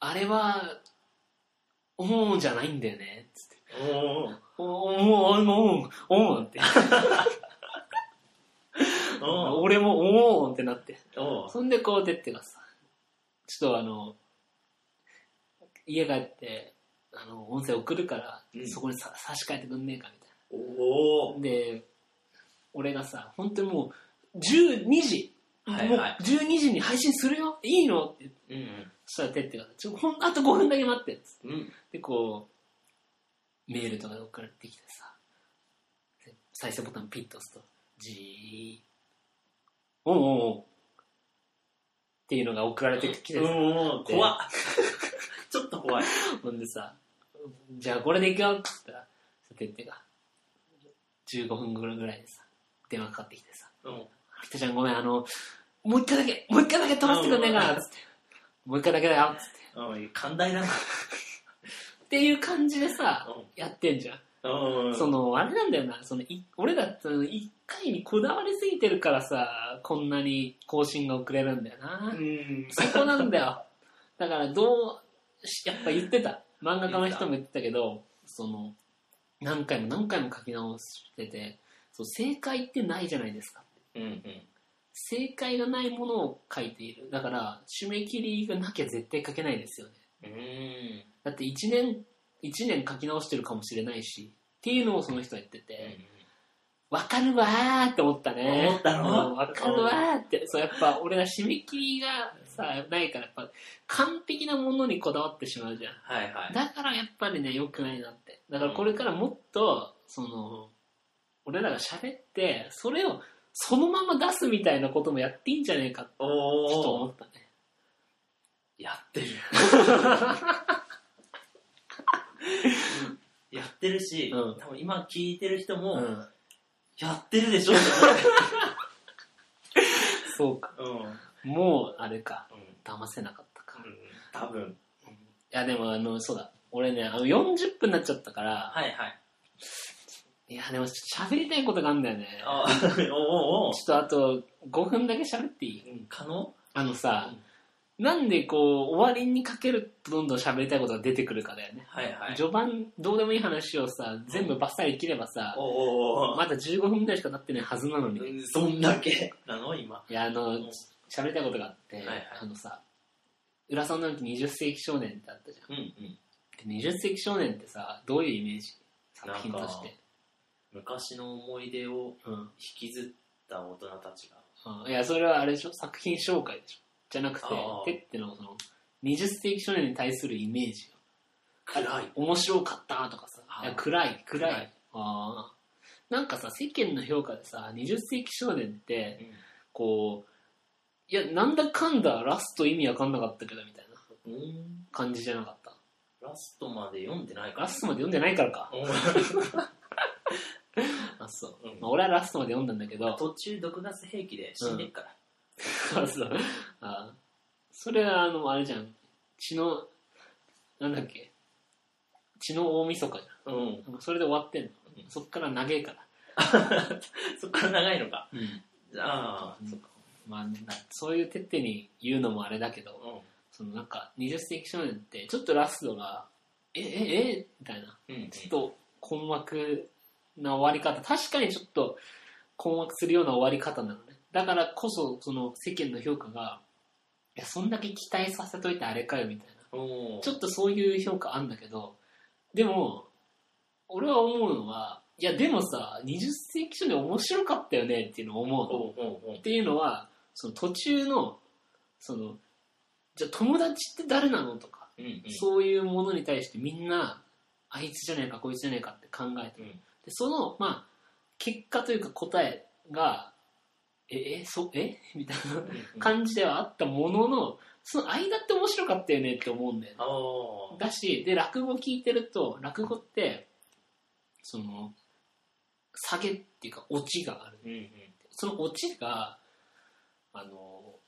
[SPEAKER 1] あれは「おん」じゃないんだよねつって。
[SPEAKER 2] おうお
[SPEAKER 1] おお
[SPEAKER 2] う
[SPEAKER 1] もう、おもう、おもうって。
[SPEAKER 2] おおう
[SPEAKER 1] 俺も、おーんってなって。
[SPEAKER 2] おう
[SPEAKER 1] そんでこう出てがさ、ちょっとあの、家帰って、あの、音声送るから、
[SPEAKER 2] うん
[SPEAKER 1] そこにさ差し替えてくんねえかみたい
[SPEAKER 2] お
[SPEAKER 1] な。で、俺がさ、本当にもう、12時、
[SPEAKER 2] はいはい
[SPEAKER 1] もう12時に配信するよいいのって、
[SPEAKER 2] うんうん
[SPEAKER 1] そしたらてってが、ちょ、ほん、あと5分だけ待ってっつって。
[SPEAKER 2] うん
[SPEAKER 1] で、こう、メールとかで送られてきてさ、で再生ボタンピッと押すと、じー、おうおうおうっていうのが送られてきてさ、
[SPEAKER 2] うん怖っちょっと怖い
[SPEAKER 1] ほんでさ、じゃあこれでいくよって言ったら、てってが、15分ぐらいでさ、電話かかってきてさ、
[SPEAKER 2] うん
[SPEAKER 1] ひとちゃんごめん、あの、もう一回だけ、もう一回だけ飛ばしてくんねえかなっつって、もう一回だけだよっつって。
[SPEAKER 2] うん寛大だな
[SPEAKER 1] っていう感じでさ
[SPEAKER 2] うん、
[SPEAKER 1] やってんじゃん。
[SPEAKER 2] うん
[SPEAKER 1] その、あれなんだよな、その、い俺らって一回にこだわりすぎてるからさ、こんなに更新が遅れるんだよな。
[SPEAKER 2] うん
[SPEAKER 1] そこなんだよ。だからどうし、やっぱ言ってた。漫画家の人も言ってたけど、その、何回も何回も書き直してて、そう正解ってないじゃないですか。
[SPEAKER 2] うんうん
[SPEAKER 1] 正解がないものを書いている。だから、締め切りがなきゃ絶対書けないですよね。
[SPEAKER 2] うん
[SPEAKER 1] だって1年、一年書き直してるかもしれないし、っていうのをその人は言ってて、わかるわーって思ったね。
[SPEAKER 2] 思ったろ
[SPEAKER 1] うんわかるわーって。そう、やっぱ俺ら締め切りがさ、ないから、やっぱ完璧なものにこだわってしまうじゃん。
[SPEAKER 2] はいはい
[SPEAKER 1] だからやっぱりね、良くないなって。だからこれからもっと、その、俺らが喋って、それをそのまま出すみたいなこともやっていいんじゃねえかって、ちょっと
[SPEAKER 2] お
[SPEAKER 1] 思
[SPEAKER 2] お
[SPEAKER 1] ったね。
[SPEAKER 2] やってるやってるし
[SPEAKER 1] うん
[SPEAKER 2] 多分今聞いてる人も
[SPEAKER 1] ん。
[SPEAKER 2] やってるでしょって
[SPEAKER 1] そうか。
[SPEAKER 2] 思ううん
[SPEAKER 1] もう、あれか。
[SPEAKER 2] うん
[SPEAKER 1] 騙せなかったか。
[SPEAKER 2] 多分
[SPEAKER 1] いや、でも、あの、そうだ。俺ね、あの40分になっちゃったから、
[SPEAKER 2] はいはい
[SPEAKER 1] いや、でも、喋りたいことがあるんだよね。
[SPEAKER 2] あおーおーお
[SPEAKER 1] ちょっとあと5分だけ喋っていい
[SPEAKER 2] ーうん可能
[SPEAKER 1] あのさ、なんでこう、終わりにかけるとどんどん喋りたいことが出てくるかだよね。
[SPEAKER 2] はいはい
[SPEAKER 1] 序盤、どうでもいい話をさ、全部バッサリ切ればさ
[SPEAKER 2] お、おお
[SPEAKER 1] まだ15分ぐらいしか経ってないはずなのに。い
[SPEAKER 2] そんだけなの今
[SPEAKER 1] や、あの
[SPEAKER 2] うん、
[SPEAKER 1] 喋りたいことがあって、
[SPEAKER 2] はいはい
[SPEAKER 1] あのさ、浦さんの時20世紀少年ってあったじゃん。
[SPEAKER 2] うんうん
[SPEAKER 1] で20世紀少年ってさ、どういうイメージ作
[SPEAKER 2] なんか
[SPEAKER 1] 品として。
[SPEAKER 2] 昔の思い出を
[SPEAKER 1] うん
[SPEAKER 2] 引きずった大人たちが
[SPEAKER 1] うんいや、それはあれでしょ作品紹介でしょじゃなくて
[SPEAKER 2] あ、ー
[SPEAKER 1] てってのその、20世紀少年に対するイメージよ。
[SPEAKER 2] 暗い
[SPEAKER 1] 面白かったとかさ
[SPEAKER 2] あー。
[SPEAKER 1] いや暗い、暗い。
[SPEAKER 2] 暗い
[SPEAKER 1] あーなんかさ、世間の評価でさ、20世紀少年って、
[SPEAKER 2] う
[SPEAKER 1] こう、いや、なんだかんだラスト意味わかんなかったけど、みたいなん
[SPEAKER 2] うん
[SPEAKER 1] 感じじゃなかった。
[SPEAKER 2] ラストまで読んでないか
[SPEAKER 1] ラ
[SPEAKER 2] ら
[SPEAKER 1] ストまで読んでないからか。あ、そう。
[SPEAKER 2] うん
[SPEAKER 1] まあ、俺はラストまで読んだんだけど、
[SPEAKER 2] 途中毒ガス兵器で死んでっから
[SPEAKER 1] そうそう。あそれは、あの、あれじゃん。血の、なんだっけ。血の大晦日じ
[SPEAKER 2] うん、
[SPEAKER 1] ゃん。それで終わってんの
[SPEAKER 2] う。ん
[SPEAKER 1] そっから長えから。
[SPEAKER 2] そっから長いのかああ、
[SPEAKER 1] うん
[SPEAKER 2] そっか
[SPEAKER 1] まあ、なそういう徹底に言うのもあれだけど、
[SPEAKER 2] う
[SPEAKER 1] そのなんか、20世紀少年って、ちょっとラストが、え、え、え、みたいな。
[SPEAKER 2] んうん
[SPEAKER 1] ちょっと困惑な終わり方。確かにちょっと困惑するような終わり方なのね。だからこそ、その世間の評価が、いや、そんだけ期待させといてあれかよ、みたいな。
[SPEAKER 2] おー
[SPEAKER 1] ちょっとそういう評価あんだけど、でも、俺は思うのは、いやでもさ、20世紀初で面白かったよねっていうのを思うの。
[SPEAKER 2] おうおうおう
[SPEAKER 1] っていうのは、その途中の、その、じゃあ友達って誰なのとか、
[SPEAKER 2] うんうん
[SPEAKER 1] そういうものに対してみんな、あいつじゃねえか、こいつじゃねえかって考えて、
[SPEAKER 2] うん
[SPEAKER 1] でその、まあ、結果というか答えが、え、え、そ、え みたいな
[SPEAKER 2] うんうん
[SPEAKER 1] 感じではあったものの、その間って面白かったよねって思うんだよね。
[SPEAKER 2] おー
[SPEAKER 1] だし、で、落語聞いてると、落語って、その、下げっていうか、オチがある。
[SPEAKER 2] うんうん
[SPEAKER 1] そのオチが、あの、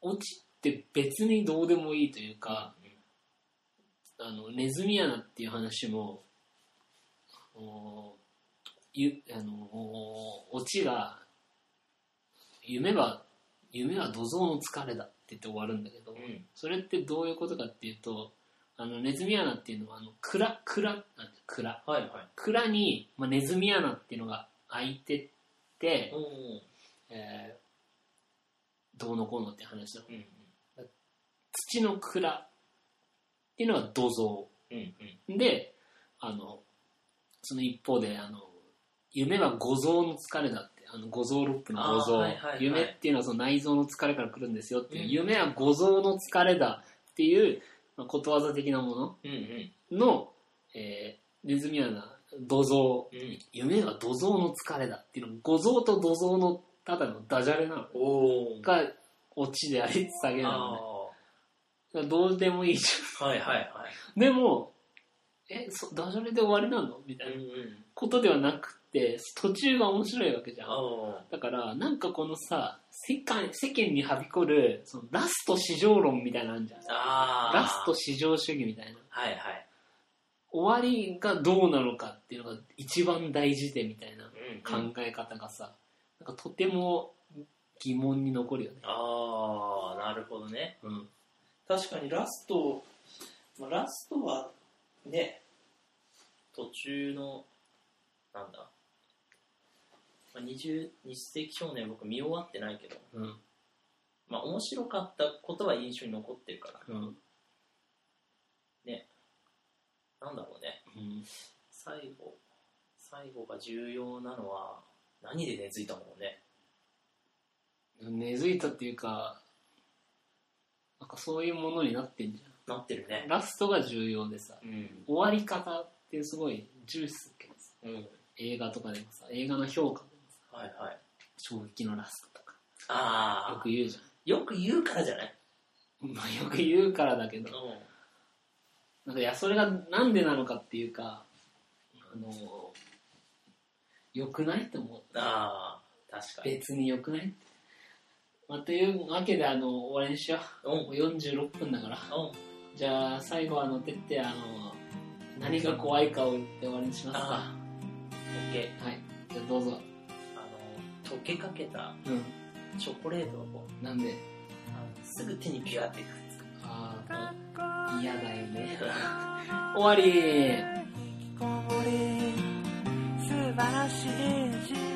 [SPEAKER 1] オチって別にどうでもいいというか、あの、ネズミ穴っていう話も、あのゆあの、オチが、夢は、夢は土蔵の疲れだって言って終わるんだけど、
[SPEAKER 2] うんうん
[SPEAKER 1] それってどういうことかっていうと、あの、ネズミ穴っていうのは、あの、蔵、蔵、なんて蔵。
[SPEAKER 2] はいはい
[SPEAKER 1] 蔵に、まあ、ネズミ穴っていうのが開いてって
[SPEAKER 2] お、ー
[SPEAKER 1] えーどうのこうのって話だもん
[SPEAKER 2] うんうん
[SPEAKER 1] 土の蔵っていうのが土蔵
[SPEAKER 2] うん
[SPEAKER 1] であのその一方であの夢は五臓の疲れだってあの五臓六腑の五臓、
[SPEAKER 2] あーはいはいはい
[SPEAKER 1] 夢っていうのはその内臓の疲れから来るんですよっていう、
[SPEAKER 2] うん
[SPEAKER 1] 夢は五臓の疲れだっていう、まあ、ことわざ的なも
[SPEAKER 2] うんうん
[SPEAKER 1] のの、えーネズミ穴土蔵
[SPEAKER 2] うん
[SPEAKER 1] 夢は土蔵の疲れだっていうの五臓と土蔵のただのダジャレなの
[SPEAKER 2] おお
[SPEAKER 1] がオチでありつ下げなのねだからどうでもいいじ
[SPEAKER 2] はいはい
[SPEAKER 1] ゃ
[SPEAKER 2] は
[SPEAKER 1] んでもえそダジャレで終わりなのみたい
[SPEAKER 2] い
[SPEAKER 1] な
[SPEAKER 2] うんうん
[SPEAKER 1] ことではなくって途中が面白いわけじゃん
[SPEAKER 2] おー
[SPEAKER 1] だからなんかこのさ世界世間にはびこるそのラスト至上論みたいなのあんじゃん
[SPEAKER 2] あー
[SPEAKER 1] ラスト至上主義みたいな
[SPEAKER 2] はいはい
[SPEAKER 1] 終わりがどうなのかっていうのが一番大事でみたいな
[SPEAKER 2] うんうん
[SPEAKER 1] 考え方がさ、なんかとても疑問に残るよね、
[SPEAKER 2] ああなるほどね
[SPEAKER 1] うん、
[SPEAKER 2] 確かにラスト、まあ、ラストはね途中のなんだ、まあ、20, 20世紀少年僕見終わってないけど、
[SPEAKER 1] うん
[SPEAKER 2] まあ、面白かったことは印象に残ってるか
[SPEAKER 1] うんうん
[SPEAKER 2] らなんだろうね最後最後が重要なのは何で根付いたもんね
[SPEAKER 1] 根付いたっていうかなんかそういうものになってんじ
[SPEAKER 2] なってる
[SPEAKER 1] ゃん
[SPEAKER 2] ね
[SPEAKER 1] ラストが重要でさ
[SPEAKER 2] うん
[SPEAKER 1] 終わり方ってすごい重視するけどさ
[SPEAKER 2] うん
[SPEAKER 1] 映画とかでもさ映画の評価でもさ
[SPEAKER 2] はいはい
[SPEAKER 1] 衝撃のラストとかよ
[SPEAKER 2] ああ
[SPEAKER 1] く言うじ
[SPEAKER 2] よく言うからじゃない
[SPEAKER 1] ゃん、まあ、よく言うからだけ
[SPEAKER 2] うん
[SPEAKER 1] どなんかいやそれがなんでなのかっていうかあのよくないって思う
[SPEAKER 2] ああ確かに
[SPEAKER 1] 別によくないまあ、というわけであの終わりにしよ
[SPEAKER 2] うん
[SPEAKER 1] うもう46分だから
[SPEAKER 2] うん
[SPEAKER 1] じゃあ最後はあのてってあの何が怖いかを言って終わりにしますかは
[SPEAKER 2] あオッケー
[SPEAKER 1] いじゃあどうぞ
[SPEAKER 2] あの溶けかけた
[SPEAKER 1] うん
[SPEAKER 2] チョコレートをこう
[SPEAKER 1] なんで
[SPEAKER 2] あのすぐ手にビュアってくっつく
[SPEAKER 1] ああ、嫌だよね。 終わり
[SPEAKER 3] こもり素晴らしい人